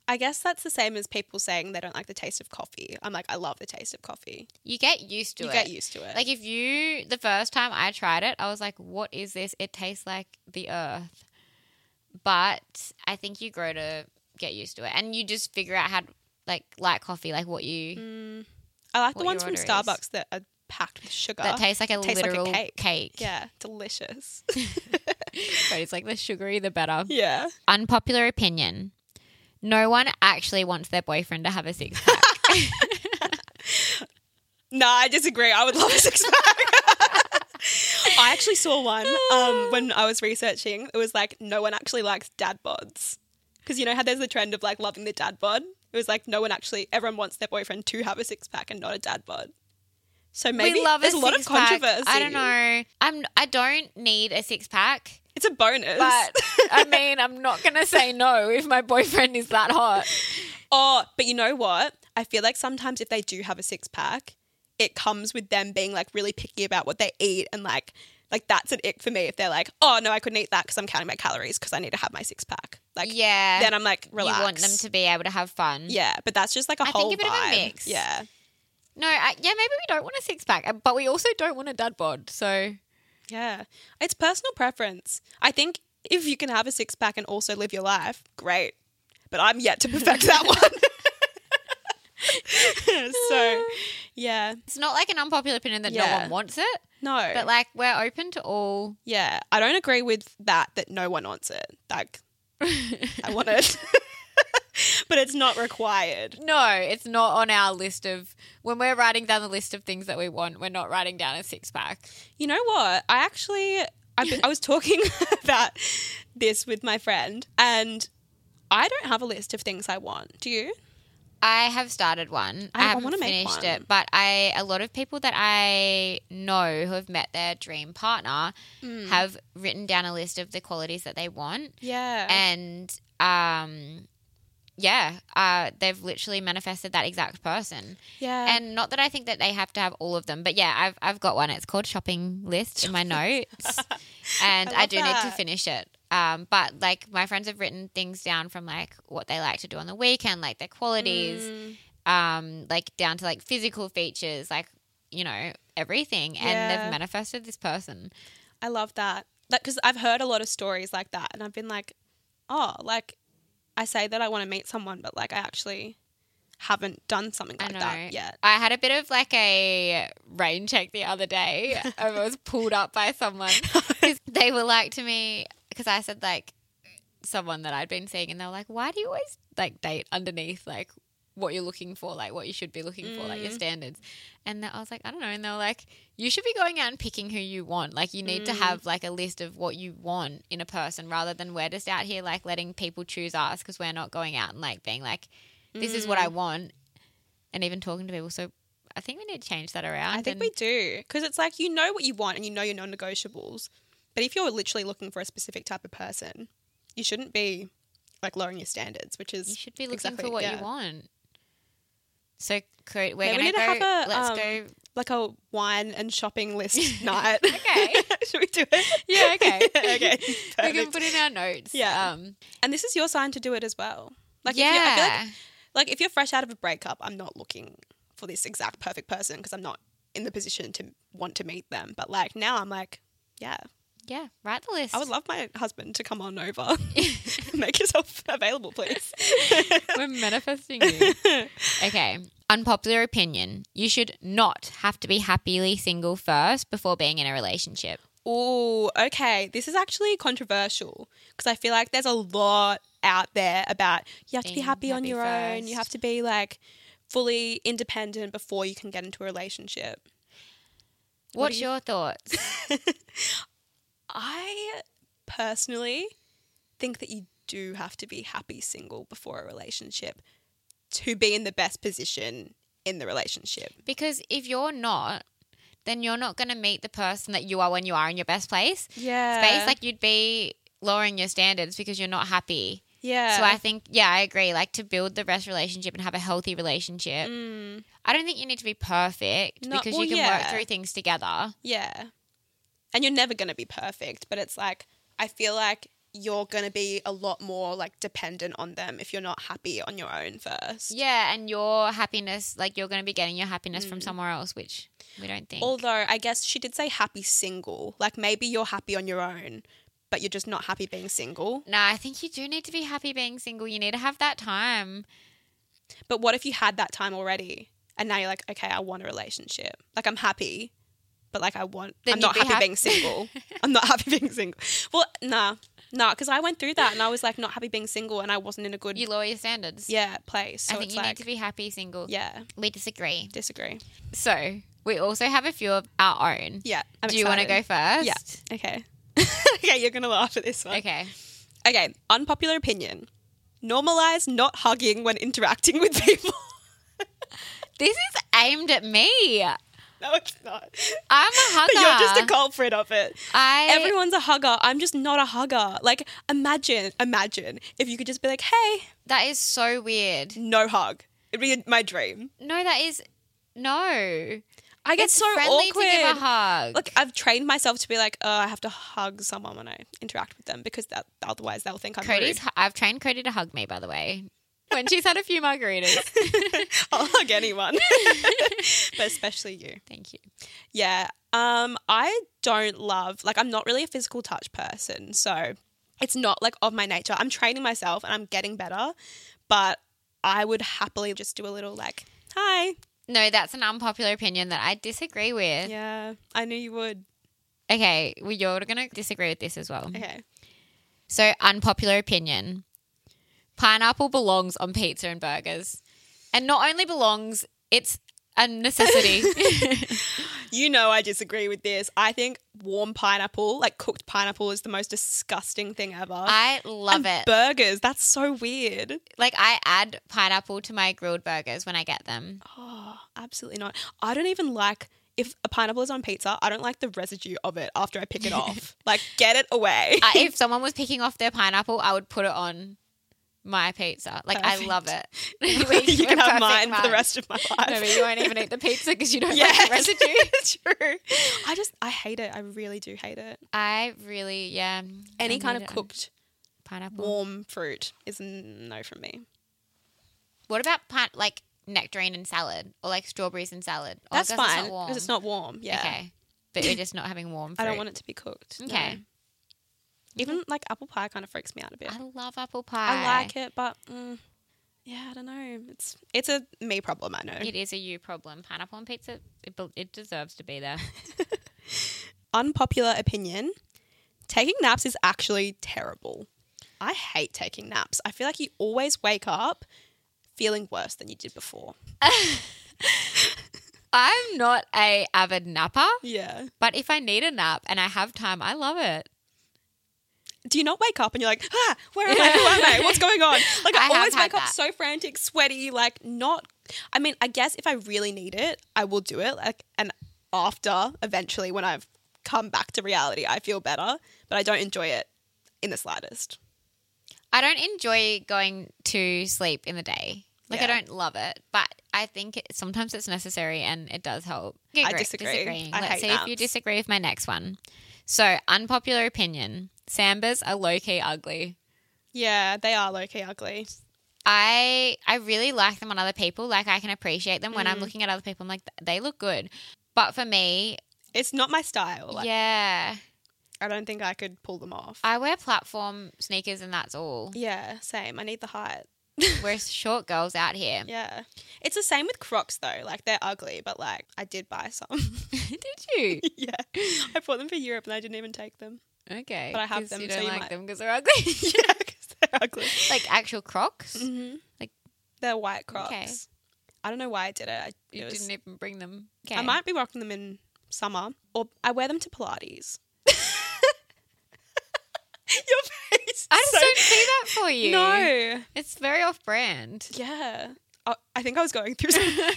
Speaker 2: I guess that's the same as people saying they don't like the taste of coffee. I'm like, I love the taste of coffee.
Speaker 1: You get used to
Speaker 2: you
Speaker 1: it.
Speaker 2: get used to it.
Speaker 1: Like if you the first time I tried it, I was like, "What is this? It tastes like the earth." But I think you grow to get used to it, and you just figure out how to, like like coffee, like what you
Speaker 2: Mm. I like the
Speaker 1: what
Speaker 2: ones
Speaker 1: your
Speaker 2: from
Speaker 1: order is.
Speaker 2: Starbucks that are packed with sugar.
Speaker 1: that tastes like a
Speaker 2: Tastes like a
Speaker 1: literal
Speaker 2: cake.
Speaker 1: cake.
Speaker 2: yeah, delicious.
Speaker 1: but it's like the sugary, the better.
Speaker 2: yeah.
Speaker 1: Unpopular opinion: No one actually wants their boyfriend to have a six pack.
Speaker 2: No, I disagree. I would love a six pack. I actually saw one um, when I was researching. It was like no one actually likes dad bods because you know how there's the trend of like loving the dad bod. It was like no one actually. Everyone wants their boyfriend to have a six pack and not a dad bod. So maybe
Speaker 1: we love
Speaker 2: there's
Speaker 1: a,
Speaker 2: a lot of
Speaker 1: six-pack.
Speaker 2: controversy.
Speaker 1: I don't know. I'm I don't need a six pack.
Speaker 2: It's a bonus.
Speaker 1: But I mean, I'm not gonna say no if my boyfriend is that hot.
Speaker 2: oh, but you know what? I feel like sometimes if they do have a six pack, it comes with them being like really picky about what they eat and like like that's an ick for me if they're like, oh no, I couldn't eat that because I'm counting my calories because I need to have my six pack. Like
Speaker 1: yeah,
Speaker 2: then I'm like relax.
Speaker 1: you want them to be able to have fun.
Speaker 2: Yeah, but that's just like a
Speaker 1: think
Speaker 2: whole
Speaker 1: a bit of a
Speaker 2: vibe.
Speaker 1: mix.
Speaker 2: Yeah,
Speaker 1: No, I, yeah, maybe we don't want a six pack, uh, but we also don't want a dad bod. So
Speaker 2: yeah. It's personal preference. I think if you can have a six pack and also live your life, great. But I'm yet to perfect that one. so, yeah,
Speaker 1: it's not like an unpopular opinion that
Speaker 2: Yeah.
Speaker 1: no one wants it,
Speaker 2: no.
Speaker 1: but like we're open to all.
Speaker 2: Yeah, I don't agree with that. That no one wants it. Like, I want it, but it's not required.
Speaker 1: No, it's not on our list of when we're writing down the list of things that we want. We're not writing down a six pack.
Speaker 2: You know what? I actually, I, I was talking about this with my friend, and I don't have a list of things I want. Do you?
Speaker 1: I have started one. I,
Speaker 2: I- I
Speaker 1: haven't
Speaker 2: wanna make
Speaker 1: finished
Speaker 2: one.
Speaker 1: it, but I a lot of people that I know who have met their dream partner
Speaker 2: Mm.
Speaker 1: have written down a list of the qualities that they want,
Speaker 2: Yeah.
Speaker 1: and um, yeah, uh, they've literally manifested that exact person.
Speaker 2: yeah.
Speaker 1: And not that I think that they have to have all of them, but yeah, I've I've got one. It's called shopping list in my notes, and
Speaker 2: I
Speaker 1: I,
Speaker 2: love
Speaker 1: do need
Speaker 2: that.
Speaker 1: to finish it. Um, but like my friends have written things down from like what they like to do on the weekend, like their qualities,
Speaker 2: Mm.
Speaker 1: um, like down to like physical features, like you know everything, and
Speaker 2: Yeah.
Speaker 1: they've manifested this person.
Speaker 2: I love that. Like, because I've heard a lot of stories like that, and I've been like, oh, like, I say that I want to meet someone, but like, I actually haven't done something
Speaker 1: I
Speaker 2: like
Speaker 1: know.
Speaker 2: that yet.
Speaker 1: I had a bit of like a rain check the other day. I was pulled up by someone 'Cause they were like to me because I said like someone that I'd been seeing, and they were like, "Why do you always like date underneath like what you're looking for, like what you should be looking for, like your
Speaker 2: Mm.
Speaker 1: standards?" And I was like, "I don't know." And they were like, "You should be going out and picking who you want. Like you need to
Speaker 2: Mm.
Speaker 1: have like a list of what you want in a person, rather than we're just out here like letting people choose us because we're not going out and like being like." This is
Speaker 2: Mm.
Speaker 1: what I want, and even talking to people. So I think we need to change that around.
Speaker 2: I think
Speaker 1: and-
Speaker 2: we do. Because it's like, you know what you want and you know your non negotiables. But if you're literally looking for a specific type of person, you shouldn't be like lowering your standards, which
Speaker 1: you
Speaker 2: is,
Speaker 1: should be looking
Speaker 2: exactly,
Speaker 1: for what
Speaker 2: yeah.
Speaker 1: you want. So co- we're
Speaker 2: Yeah, we
Speaker 1: gonna
Speaker 2: need to
Speaker 1: go.
Speaker 2: have a,
Speaker 1: let's
Speaker 2: um,
Speaker 1: go.
Speaker 2: like a wine and shopping list night.
Speaker 1: Okay.
Speaker 2: Should we do it?
Speaker 1: Yeah, okay.
Speaker 2: okay.
Speaker 1: We can
Speaker 2: Perfect.
Speaker 1: put in our notes.
Speaker 2: Yeah.
Speaker 1: Um,
Speaker 2: and this is your sign to do it as well. Like,
Speaker 1: yeah.
Speaker 2: If you're, I feel like, like if you're fresh out of a breakup, I'm not looking for this exact perfect person because I'm not in the position to want to meet them. But like now, I'm like, yeah,
Speaker 1: yeah. Write the list.
Speaker 2: I would love my husband to come on over. Make yourself available, please.
Speaker 1: We're manifesting you. okay. Unpopular opinion. You should not have to be happily single first before being in a relationship.
Speaker 2: Ooh, okay. This is actually controversial because I feel like there's a lot out there about you have to be
Speaker 1: Being
Speaker 2: happy, on
Speaker 1: happy
Speaker 2: your own. You have
Speaker 1: first.
Speaker 2: to be like fully independent before you can get into a relationship. What do
Speaker 1: What's
Speaker 2: you-
Speaker 1: your thoughts?
Speaker 2: I personally think that you do have to be happy single before a relationship to be in the best position in the relationship.
Speaker 1: Because if you're not, then you're not going to meet the person that you are when you are in your best place.
Speaker 2: Yeah.
Speaker 1: Space, like you'd be lowering your standards because you're not happy.
Speaker 2: yeah.
Speaker 1: So I think, yeah, I agree. Like to build the best relationship and have a healthy relationship,
Speaker 2: Mm,
Speaker 1: I don't think you need to be perfect
Speaker 2: No,
Speaker 1: because
Speaker 2: well,
Speaker 1: you can
Speaker 2: yeah.
Speaker 1: work through things together.
Speaker 2: yeah. And you're never going to be perfect, but it's like I feel like you're going to be a lot more like dependent on them if you're not happy on your own first.
Speaker 1: Yeah, and your happiness, like you're going to be getting your happiness from
Speaker 2: Mm.
Speaker 1: somewhere else, which we don't think.
Speaker 2: Although I guess she did say happy single. Like maybe you're happy on your own, but you're just not happy being single.
Speaker 1: no, I think you do need to be happy being single. You need to have that time.
Speaker 2: But what if you had that time already and now you're like, okay, I want a relationship. Like I'm happy, but like I want,
Speaker 1: Then
Speaker 2: I'm not
Speaker 1: you'd be
Speaker 2: happy
Speaker 1: hap-
Speaker 2: being single. I'm not happy being single. Well, nah, nah, because I went through that and I was like not happy being single and I wasn't in a good,
Speaker 1: You lower your standards.
Speaker 2: yeah, place. So
Speaker 1: I think
Speaker 2: it's
Speaker 1: you
Speaker 2: like,
Speaker 1: need to be happy single.
Speaker 2: yeah,
Speaker 1: We disagree.
Speaker 2: disagree.
Speaker 1: So we also have a few of our own.
Speaker 2: Yeah. I'm
Speaker 1: Do you want to go
Speaker 2: excited.
Speaker 1: first?
Speaker 2: Yeah. Okay. okay, you're going to laugh at this one.
Speaker 1: Okay.
Speaker 2: Okay, unpopular opinion. Normalize not hugging when interacting with people.
Speaker 1: This is aimed at me. I'm a
Speaker 2: no, it's not.
Speaker 1: hugger.
Speaker 2: You're just a culprit of it.
Speaker 1: I
Speaker 2: Everyone's a hugger. I'm just not a hugger. Like, imagine, imagine if you could just be like, hey,
Speaker 1: that is so weird.
Speaker 2: no hug. It'd be my dream.
Speaker 1: No, that is no.
Speaker 2: I get
Speaker 1: It's
Speaker 2: so
Speaker 1: friendly
Speaker 2: awkward.
Speaker 1: to give a hug.
Speaker 2: Look, I've trained myself to be like, oh, I have to hug someone when I interact with them because that otherwise they'll think I'm
Speaker 1: Cody's.
Speaker 2: rude.
Speaker 1: hu- I've trained Cody to hug me. By the way, when she's had a few margaritas.
Speaker 2: I'll hug anyone, but especially you.
Speaker 1: Thank you.
Speaker 2: Yeah. Um, I don't love like I'm not really a physical touch person, so it's not like of my nature. I'm training myself and I'm getting better, but I would happily just do a little like, hi.
Speaker 1: No, that's an unpopular opinion that I disagree with.
Speaker 2: Yeah, I knew you would.
Speaker 1: Okay, well, you're gonna disagree with this as well.
Speaker 2: Okay.
Speaker 1: So, unpopular opinion pineapple belongs on pizza and burgers. And not only belongs, it's a necessity.
Speaker 2: You know, I disagree with this. I think warm pineapple, like cooked pineapple, is the most disgusting thing ever.
Speaker 1: I love
Speaker 2: And
Speaker 1: it.
Speaker 2: Burgers. That's so weird.
Speaker 1: like I add pineapple to my grilled burgers when I get them.
Speaker 2: Oh, absolutely not. I don't even like if a pineapple is on pizza. I don't like the residue of it after I pick it off. Like, get it away.
Speaker 1: I, if someone was picking off their pineapple, I would put it on my pizza. Like I
Speaker 2: Perfect.
Speaker 1: love it.
Speaker 2: you
Speaker 1: We're
Speaker 2: can have
Speaker 1: perfect
Speaker 2: mine for the
Speaker 1: match.
Speaker 2: rest of my life.
Speaker 1: No, but you won't even eat the pizza because you don't like
Speaker 2: Yes.
Speaker 1: the residue.
Speaker 2: True. I just I hate it. I really do hate it.
Speaker 1: I really, yeah.
Speaker 2: Any
Speaker 1: I Mm.
Speaker 2: kind
Speaker 1: need
Speaker 2: of
Speaker 1: it on
Speaker 2: cooked
Speaker 1: pineapple.
Speaker 2: warm fruit is n- no from
Speaker 1: Oh,
Speaker 2: me.
Speaker 1: What about pine, like nectarine and salad, or like strawberries and salad? Oh, I
Speaker 2: That's
Speaker 1: guess
Speaker 2: fine
Speaker 1: It's not warm.
Speaker 2: because it's not warm. Yeah.
Speaker 1: Okay, but we're just not having warm. Fruit.
Speaker 2: I don't want it to be cooked. no.
Speaker 1: Okay.
Speaker 2: Even like apple pie kind of freaks me out a bit.
Speaker 1: I love apple pie.
Speaker 2: I like it, but mm, yeah, I don't know. It's it's a me problem. I know.
Speaker 1: It is a you problem. Pineapple and pizza, it, bel- it deserves to be there.
Speaker 2: Unpopular opinion: taking naps is actually terrible. I hate taking naps. I feel like you always wake up feeling worse than you did before.
Speaker 1: I'm not a avid napper,
Speaker 2: Yeah.
Speaker 1: but if I need a nap and I have time, I love it.
Speaker 2: Do you not wake up and you're like, ah, where am I? Who am I? What's going on? Like
Speaker 1: I
Speaker 2: I,
Speaker 1: have
Speaker 2: always
Speaker 1: had
Speaker 2: wake up
Speaker 1: that.
Speaker 2: so frantic, sweaty, like not. I mean, I guess if I really need it, I will do it. Like and after, eventually, when I've come back to reality, I feel better, but I don't enjoy it in the slightest.
Speaker 1: I don't enjoy going to sleep in the day. Like I
Speaker 2: Yeah.
Speaker 1: don't love it, but I think it, sometimes it's necessary and it does help.
Speaker 2: I disagree. I
Speaker 1: Let's
Speaker 2: hate
Speaker 1: see if you
Speaker 2: naps.
Speaker 1: disagree with my next one. So, unpopular opinion: Sambas are low key ugly.
Speaker 2: Yeah, they are low key ugly.
Speaker 1: I I really like them on other people. Like I can appreciate them when I'm looking at other people. I'm like they look good, but for me,
Speaker 2: It's not my style. Like,
Speaker 1: yeah,
Speaker 2: I don't think I could pull them off.
Speaker 1: I wear platform sneakers and that's all.
Speaker 2: yeah, same. I need the height.
Speaker 1: We're short girls out here.
Speaker 2: Yeah, it's the same with Crocs though. Like they're ugly, but like I did buy some.
Speaker 1: Did you?
Speaker 2: yeah, I bought them for Europe and I didn't even take them.
Speaker 1: Okay,
Speaker 2: But I have
Speaker 1: 'cause
Speaker 2: them,
Speaker 1: You
Speaker 2: so
Speaker 1: don't
Speaker 2: you
Speaker 1: like
Speaker 2: might-
Speaker 1: them because they're ugly.
Speaker 2: yeah, because they're ugly.
Speaker 1: like actual Crocs.
Speaker 2: Mm-hmm.
Speaker 1: Like-
Speaker 2: they're white Crocs.
Speaker 1: Okay.
Speaker 2: I don't know why I did it. I, it
Speaker 1: You
Speaker 2: was-
Speaker 1: didn't even bring them. Okay.
Speaker 2: I might be rocking them in summer, or I wear them to Pilates. Your face.
Speaker 1: I just
Speaker 2: is
Speaker 1: don't see that for you.
Speaker 2: No.
Speaker 1: it's very off-brand.
Speaker 2: Yeah. Oh, I think I was going through. Some-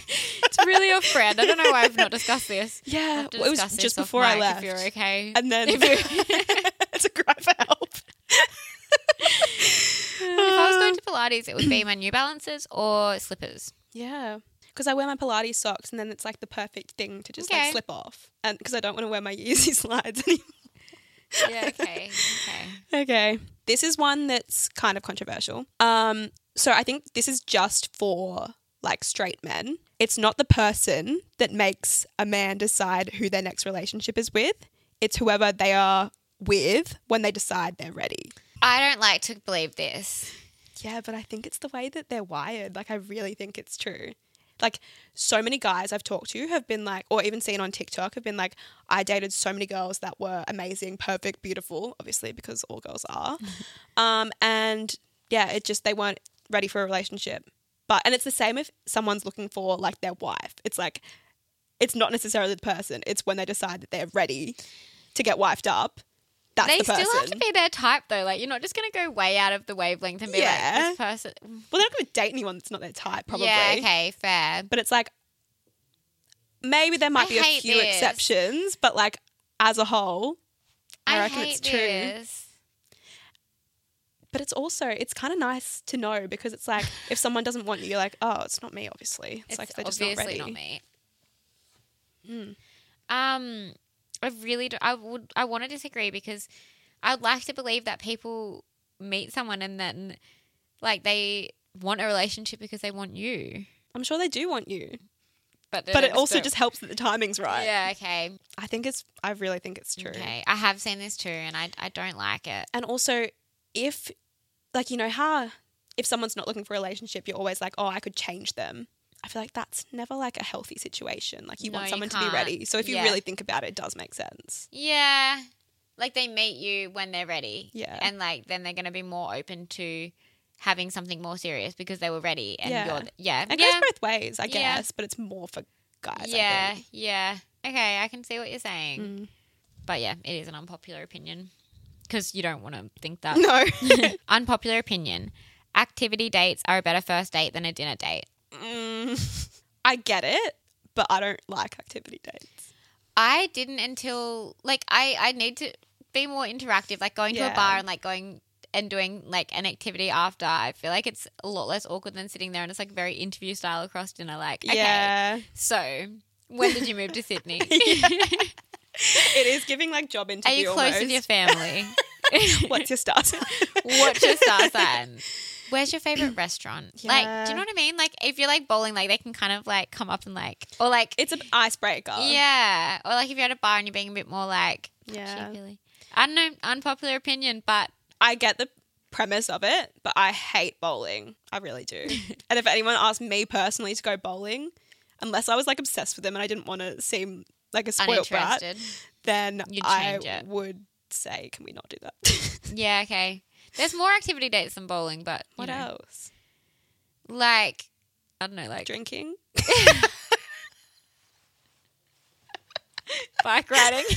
Speaker 1: It's really off-brand. I don't know why I've not discussed this.
Speaker 2: yeah,
Speaker 1: Have to
Speaker 2: well, it was
Speaker 1: discuss this
Speaker 2: just
Speaker 1: off
Speaker 2: before I
Speaker 1: mic
Speaker 2: left,
Speaker 1: If you're okay.
Speaker 2: and then
Speaker 1: If you-
Speaker 2: it's a cry for help.
Speaker 1: if I was going to Pilates, it would be my New Balances or slippers.
Speaker 2: Yeah. Because I wear my Pilates socks and then it's like the perfect thing to just
Speaker 1: Okay.
Speaker 2: like slip off. And because I don't want to wear my Yeezy slides anymore.
Speaker 1: Yeah. Okay. Okay.
Speaker 2: Okay. This is one that's kind of controversial. Um, so I think this is just for like straight men. It's not the person that makes a man decide who their next relationship is with. It's whoever they are with when they decide they're ready.
Speaker 1: I don't like to believe this.
Speaker 2: Yeah, but I think it's the way that they're wired. Like, I really think it's true. Like, so many guys I've talked to have been like, or even seen on TikTok, have been like, I dated so many girls that were amazing, perfect, beautiful, obviously, because all girls are. um, and yeah, it just, they weren't ready for a relationship. But, and it's the same if someone's looking for like their wife. It's like, it's not necessarily the person, it's when they decide that they're ready to get wifed up. That's
Speaker 1: they
Speaker 2: the person.
Speaker 1: still have to be their type though. Like you're not just gonna go way out of the wavelength and be
Speaker 2: Yeah.
Speaker 1: like this person.
Speaker 2: well, they're not going to date anyone that's not their type, probably.
Speaker 1: Yeah. Okay. Fair.
Speaker 2: but it's like maybe there might
Speaker 1: I
Speaker 2: be a
Speaker 1: hate
Speaker 2: few
Speaker 1: this.
Speaker 2: exceptions, but like as a whole, I, reckon
Speaker 1: hate
Speaker 2: it's true.
Speaker 1: this.
Speaker 2: But it's also it's kind of nice to know because it's like if someone doesn't want you, you're like, oh, it's not me, obviously. It's, like they're just not ready.
Speaker 1: obviously me. Hmm. Um, I really do. I would. I want to disagree because I would like to believe that people meet someone and then like they want a relationship because they want you.
Speaker 2: I'm sure they do want you,
Speaker 1: But they
Speaker 2: but it
Speaker 1: don't-
Speaker 2: also just helps that the timing's right.
Speaker 1: yeah. Okay.
Speaker 2: I think it's I really think it's true.
Speaker 1: Okay. I have seen this too, and I I don't like it.
Speaker 2: And also, if like you know how if someone's not looking for a relationship, you're always like, oh, I could change them. I feel like that's never like a healthy situation. Like you
Speaker 1: No,
Speaker 2: want
Speaker 1: you
Speaker 2: someone to be
Speaker 1: can't.
Speaker 2: ready. So if you
Speaker 1: Yeah.
Speaker 2: really think about it, it does make sense.
Speaker 1: Yeah. Like they meet you when they're ready.
Speaker 2: Yeah.
Speaker 1: And like then they're going to be more open to having something more serious because they were ready and
Speaker 2: Yeah.
Speaker 1: you're yeah.
Speaker 2: It
Speaker 1: yeah.
Speaker 2: goes both ways, I
Speaker 1: Yeah.
Speaker 2: guess, but it's more for guys. I
Speaker 1: yeah,
Speaker 2: think.
Speaker 1: yeah. Okay, I can see what you're saying.
Speaker 2: Mm.
Speaker 1: But yeah, it is an unpopular opinion because you don't want to think that.
Speaker 2: No.
Speaker 1: unpopular opinion. Activity dates are a better first date than a dinner date.
Speaker 2: Mm, I get it, but I don't like activity dates.
Speaker 1: I didn't until like I I need to be more interactive, like going to
Speaker 2: Yeah.
Speaker 1: a bar and like going and doing like an activity after. I feel like it's a lot less awkward than sitting there and it's like very interview style across dinner. Like, okay,
Speaker 2: Yeah.
Speaker 1: so when did you move to Sydney?
Speaker 2: It is giving like job
Speaker 1: Are
Speaker 2: interview
Speaker 1: you close
Speaker 2: almost.
Speaker 1: with your family?
Speaker 2: What's your star sign?
Speaker 1: What's your star sign? Where's your favorite restaurant? Like, do
Speaker 2: Yeah.
Speaker 1: you know what I mean? Like, if you're like bowling, like they can kind of like come up and like, or like,
Speaker 2: It's an icebreaker.
Speaker 1: yeah, or like if you're at a bar and you're being a bit more like,
Speaker 2: Yeah.
Speaker 1: yeah, really. I don't know, unpopular opinion, but
Speaker 2: I get the premise of it, but I hate bowling. I really do. and if anyone asked me personally to go bowling, unless I was like obsessed with them and I didn't want to seem like a spoiled brat,
Speaker 1: uninterested.
Speaker 2: then
Speaker 1: You'd
Speaker 2: I
Speaker 1: change it.
Speaker 2: would say, can we not do that?
Speaker 1: Yeah, okay. There's more activity dates than bowling, but you
Speaker 2: what
Speaker 1: know,
Speaker 2: else?
Speaker 1: Like, I don't know, like
Speaker 2: Drinking?
Speaker 1: bike riding.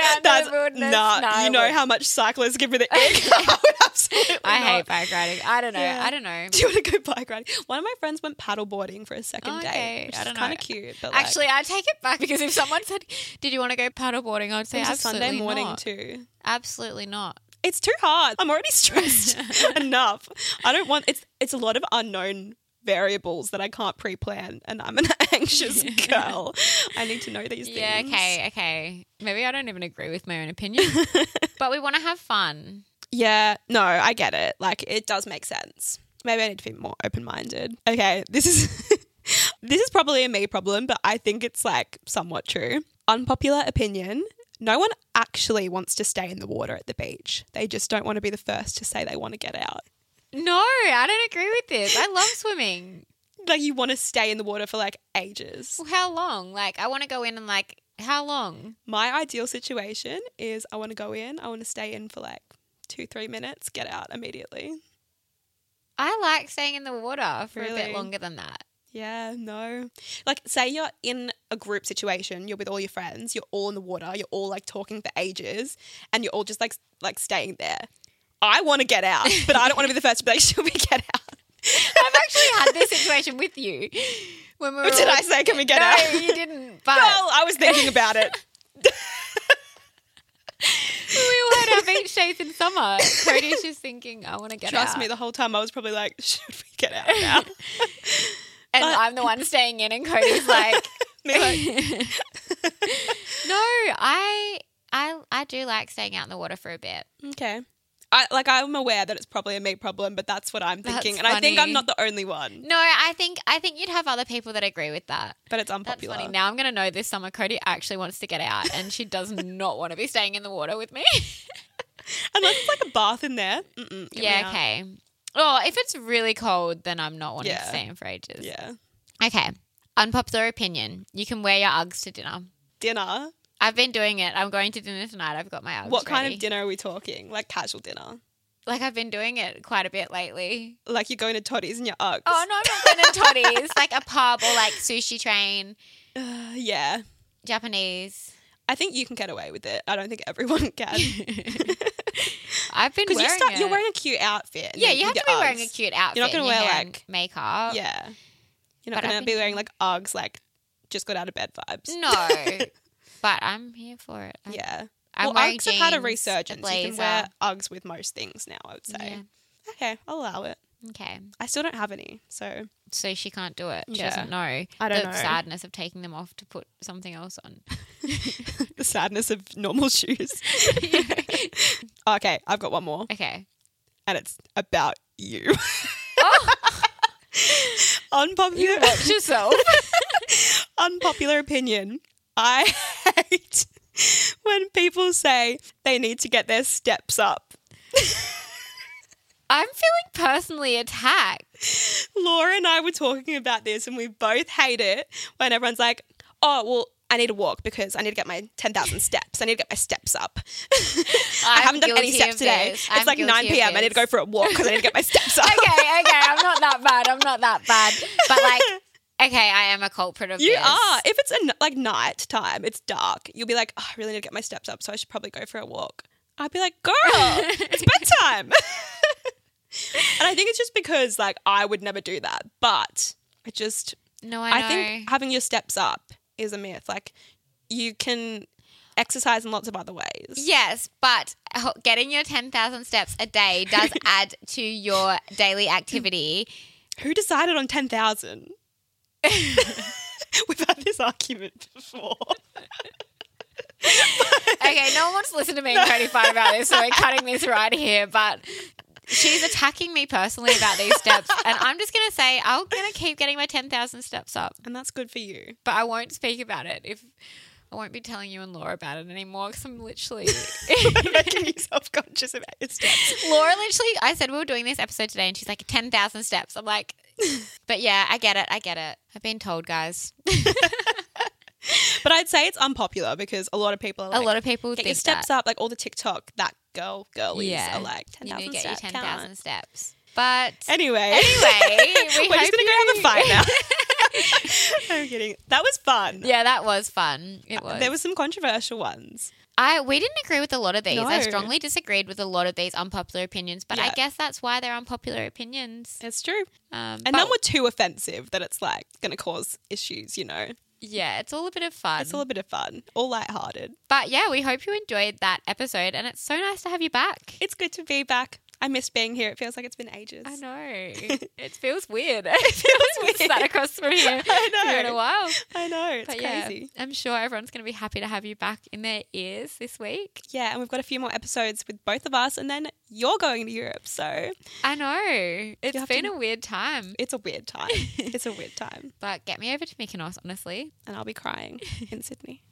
Speaker 1: out in the wilderness?
Speaker 2: nah,
Speaker 1: No,
Speaker 2: you
Speaker 1: I
Speaker 2: know
Speaker 1: wouldn't.
Speaker 2: how much cyclists give me the ick. I would absolutely
Speaker 1: I
Speaker 2: not.
Speaker 1: hate bike riding. I don't know.
Speaker 2: Yeah.
Speaker 1: I don't know.
Speaker 2: Do you want to go bike riding? One of my friends went paddleboarding for a second
Speaker 1: Oh,
Speaker 2: day,
Speaker 1: okay.
Speaker 2: which
Speaker 1: I
Speaker 2: is
Speaker 1: don't
Speaker 2: kind
Speaker 1: know.
Speaker 2: of cute. But like,
Speaker 1: Actually, I take it back because if someone said, "Did you want to go paddleboarding?" I'd say
Speaker 2: it was a
Speaker 1: absolutely
Speaker 2: Sunday morning
Speaker 1: not.
Speaker 2: too.
Speaker 1: Absolutely not.
Speaker 2: It's too hard. I'm already stressed enough. I don't want it's it's a lot of unknown variables that I can't pre-plan, and I'm an anxious girl. I need to know these things.
Speaker 1: Yeah. Okay. Okay. Maybe I don't even agree with my own opinion, but we want to have fun.
Speaker 2: Yeah, no, I get it. Like it does make sense. Maybe I need to be more open-minded. Okay, this is this is probably a me problem, but I think it's like somewhat true. Unpopular opinion. No one actually wants to stay in the water at the beach. They just don't want to be the first to say they want to get out.
Speaker 1: No, I don't agree with this. I love swimming.
Speaker 2: Like you want to stay in the water for like ages.
Speaker 1: Well, how long? Like, I want to go in and like, how long?
Speaker 2: My ideal situation is I want to go in, I want to stay in for like 2-3 minutes, get out immediately.
Speaker 1: I like staying in the water for a
Speaker 2: Really?
Speaker 1: bit longer than that.
Speaker 2: Yeah, no. Like, say you're in a group situation, you're with all your friends, you're all in the water, you're all like talking for ages, and you're all just like like staying there. I want to get out, but I don't want to be the first to be like, "Should we get out?"
Speaker 1: I've actually had this situation with you when we were.
Speaker 2: Did
Speaker 1: all-
Speaker 2: I say, "Can we get
Speaker 1: no,
Speaker 2: out"?
Speaker 1: you didn't. But
Speaker 2: Well, I was thinking about it.
Speaker 1: we were at our beach days in summer. Cody's just thinking, I want to get
Speaker 2: Trust
Speaker 1: out.
Speaker 2: me, the whole time I was probably like, "Should we get out now?"
Speaker 1: and
Speaker 2: but-
Speaker 1: I'm the one staying in, and Cody's like,
Speaker 2: Me like,
Speaker 1: no, I, I, I do like staying out in the water for a bit.
Speaker 2: okay. I, like I'm aware that it's probably a me problem, but that's what I'm
Speaker 1: That's
Speaker 2: thinking, and I think I'm
Speaker 1: funny.
Speaker 2: not the only one.
Speaker 1: No, I think, I think you'd have other people that agree with that.
Speaker 2: But it's
Speaker 1: That's
Speaker 2: unpopular.
Speaker 1: funny. Now I'm going to know this summer Cody actually wants to get out and she does not want to be staying in the water with me.
Speaker 2: Unless it's like a bath in there. Mm-mm, get me
Speaker 1: yeah,
Speaker 2: out.
Speaker 1: okay. Oh, if it's really cold, then I'm not wanting
Speaker 2: Yeah.
Speaker 1: to stay in for ages.
Speaker 2: Yeah.
Speaker 1: Okay. Unpopular opinion. You can wear your Uggs to dinner.
Speaker 2: Dinner.
Speaker 1: I've been doing it. I'm going to dinner tonight. I've got my Uggs.
Speaker 2: What kind
Speaker 1: ready.
Speaker 2: of dinner are we talking? Like casual dinner?
Speaker 1: Like, I've been doing it quite a bit lately.
Speaker 2: Like you're going to Toddy's and your Uggs?
Speaker 1: Oh, no, I'm not going to Toddy's. like a pub or like sushi train,
Speaker 2: Uh, yeah.
Speaker 1: Japanese.
Speaker 2: I think you can get away with it. I don't think everyone can.
Speaker 1: I've been
Speaker 2: Because
Speaker 1: wearing
Speaker 2: you start,
Speaker 1: it.
Speaker 2: you're wearing a cute outfit. and
Speaker 1: yeah,
Speaker 2: then
Speaker 1: you have
Speaker 2: with
Speaker 1: to be
Speaker 2: your
Speaker 1: wearing a
Speaker 2: Uggs.
Speaker 1: cute outfit.
Speaker 2: You're not gonna
Speaker 1: and your
Speaker 2: wear,
Speaker 1: hair and
Speaker 2: like-
Speaker 1: makeup.
Speaker 2: Yeah. You're
Speaker 1: But
Speaker 2: not
Speaker 1: I've
Speaker 2: going to
Speaker 1: been
Speaker 2: be wearing like Uggs, like just got out of bed vibes.
Speaker 1: No, but I'm here for it. I-
Speaker 2: Yeah.
Speaker 1: I'm
Speaker 2: well,
Speaker 1: wearing
Speaker 2: Uggs have had a
Speaker 1: jeans,
Speaker 2: resurgence. you can
Speaker 1: blazer.
Speaker 2: wear Uggs with most things now, I would say.
Speaker 1: Yeah.
Speaker 2: Okay, I'll allow it.
Speaker 1: Okay,
Speaker 2: I still don't have any, so
Speaker 1: so she can't do it. She
Speaker 2: Yeah.
Speaker 1: doesn't know.
Speaker 2: I don't
Speaker 1: the
Speaker 2: know.
Speaker 1: sadness of taking them off to put something else on.
Speaker 2: the sadness of normal shoes. okay, I've got one more,
Speaker 1: Okay.
Speaker 2: and it's about you.
Speaker 1: Oh.
Speaker 2: Unpopular.
Speaker 1: You watch yourself.
Speaker 2: unpopular opinion. I hate when people say they need to get their steps up.
Speaker 1: I'm feeling personally attacked.
Speaker 2: Laura and I were talking about this and we both hate it when everyone's like, oh, well, I need to walk because I need to get my 10,000 steps. I need to get my steps up. I
Speaker 1: I'm
Speaker 2: haven't done any
Speaker 1: guilty
Speaker 2: steps
Speaker 1: of
Speaker 2: today.
Speaker 1: this.
Speaker 2: It's
Speaker 1: I'm
Speaker 2: like 9
Speaker 1: guilty of
Speaker 2: p.m. I need to
Speaker 1: this.
Speaker 2: go for a walk because I need to get my steps up.
Speaker 1: Okay, okay. I'm not that bad. I'm not that bad. But like, Okay, I am a culprit of
Speaker 2: You
Speaker 1: this.
Speaker 2: are. If it's a n- like night time, it's dark. You'll be like, oh, I really need to get my steps up, so I should probably go for a walk. I'd be like, girl, it's bedtime. and I think it's just because like I would never do that, but I just
Speaker 1: No, I,
Speaker 2: I,
Speaker 1: know.
Speaker 2: think having your steps up is a myth. Like you can exercise in lots of other ways.
Speaker 1: Yes, but ho- getting your 10,000 steps a day does add to your daily activity.
Speaker 2: Who decided on ten thousand? We've had this argument before.
Speaker 1: Okay, no one wants to listen to me and Cody fight about this, so we're cutting this right here. But she's attacking me personally about these steps, and I'm just going to say I'm going to keep getting my 10,000 steps up,
Speaker 2: And that's good for you.
Speaker 1: but I won't speak about it if I won't be telling you and Laura about it anymore because I'm literally.
Speaker 2: Making you self conscious about your steps.
Speaker 1: Laura literally, I said we were doing this episode today, and she's like, 10,000 steps. I'm like, but yeah, I get it. I get it. I've been told, guys.
Speaker 2: But I'd say it's unpopular because a lot of people are like,
Speaker 1: a lot of people
Speaker 2: get
Speaker 1: think
Speaker 2: your steps
Speaker 1: that.
Speaker 2: up, like all the TikTok, that girl, girlies
Speaker 1: Yeah.
Speaker 2: are like 10,000
Speaker 1: you do get
Speaker 2: steps.
Speaker 1: your
Speaker 2: count."
Speaker 1: 10,000 steps. But
Speaker 2: Anyway,
Speaker 1: anyway, we
Speaker 2: we're
Speaker 1: hope
Speaker 2: just going to go have
Speaker 1: you-
Speaker 2: a fight now. I'm kidding. That was fun.
Speaker 1: yeah, that was fun. It was.
Speaker 2: Uh, There were some controversial ones.
Speaker 1: I we didn't agree with a lot of these. I
Speaker 2: No.
Speaker 1: strongly disagreed with a lot of these unpopular opinions, but I
Speaker 2: Yeah.
Speaker 1: guess that's why they're unpopular opinions.
Speaker 2: It's true.
Speaker 1: Um,
Speaker 2: And
Speaker 1: but-
Speaker 2: none were too offensive that it's like going to cause issues, you know.
Speaker 1: yeah, it's all a bit of fun.
Speaker 2: It's all a bit of fun, all lighthearted.
Speaker 1: but yeah, we hope you enjoyed that episode, and it's so nice to have you back.
Speaker 2: It's good to be back. I missed being here. It feels like it's been ages.
Speaker 1: I know it feels weird. It feels weird. Sat across from here
Speaker 2: I
Speaker 1: for in
Speaker 2: know.
Speaker 1: a while.
Speaker 2: I know. It's
Speaker 1: But yeah,
Speaker 2: crazy.
Speaker 1: I'm sure everyone's going to be happy to have you back in their ears this week.
Speaker 2: Yeah, and we've got a few more episodes with both of us, and then you're going to Europe, so
Speaker 1: I know. It's
Speaker 2: have
Speaker 1: been
Speaker 2: to-
Speaker 1: a weird time.
Speaker 2: it's a weird time. it's a weird time,
Speaker 1: But get me over to Mykonos, honestly.
Speaker 2: and I'll be crying in Sydney.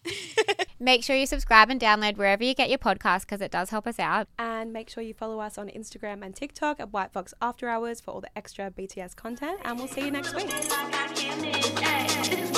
Speaker 1: Make sure you subscribe and download wherever you get your podcast because it does help us out.
Speaker 2: And make sure you follow us on Instagram and TikTok at White Fox After Hours for all the extra BTS content, and we'll see you next week.
Speaker 3: Hey.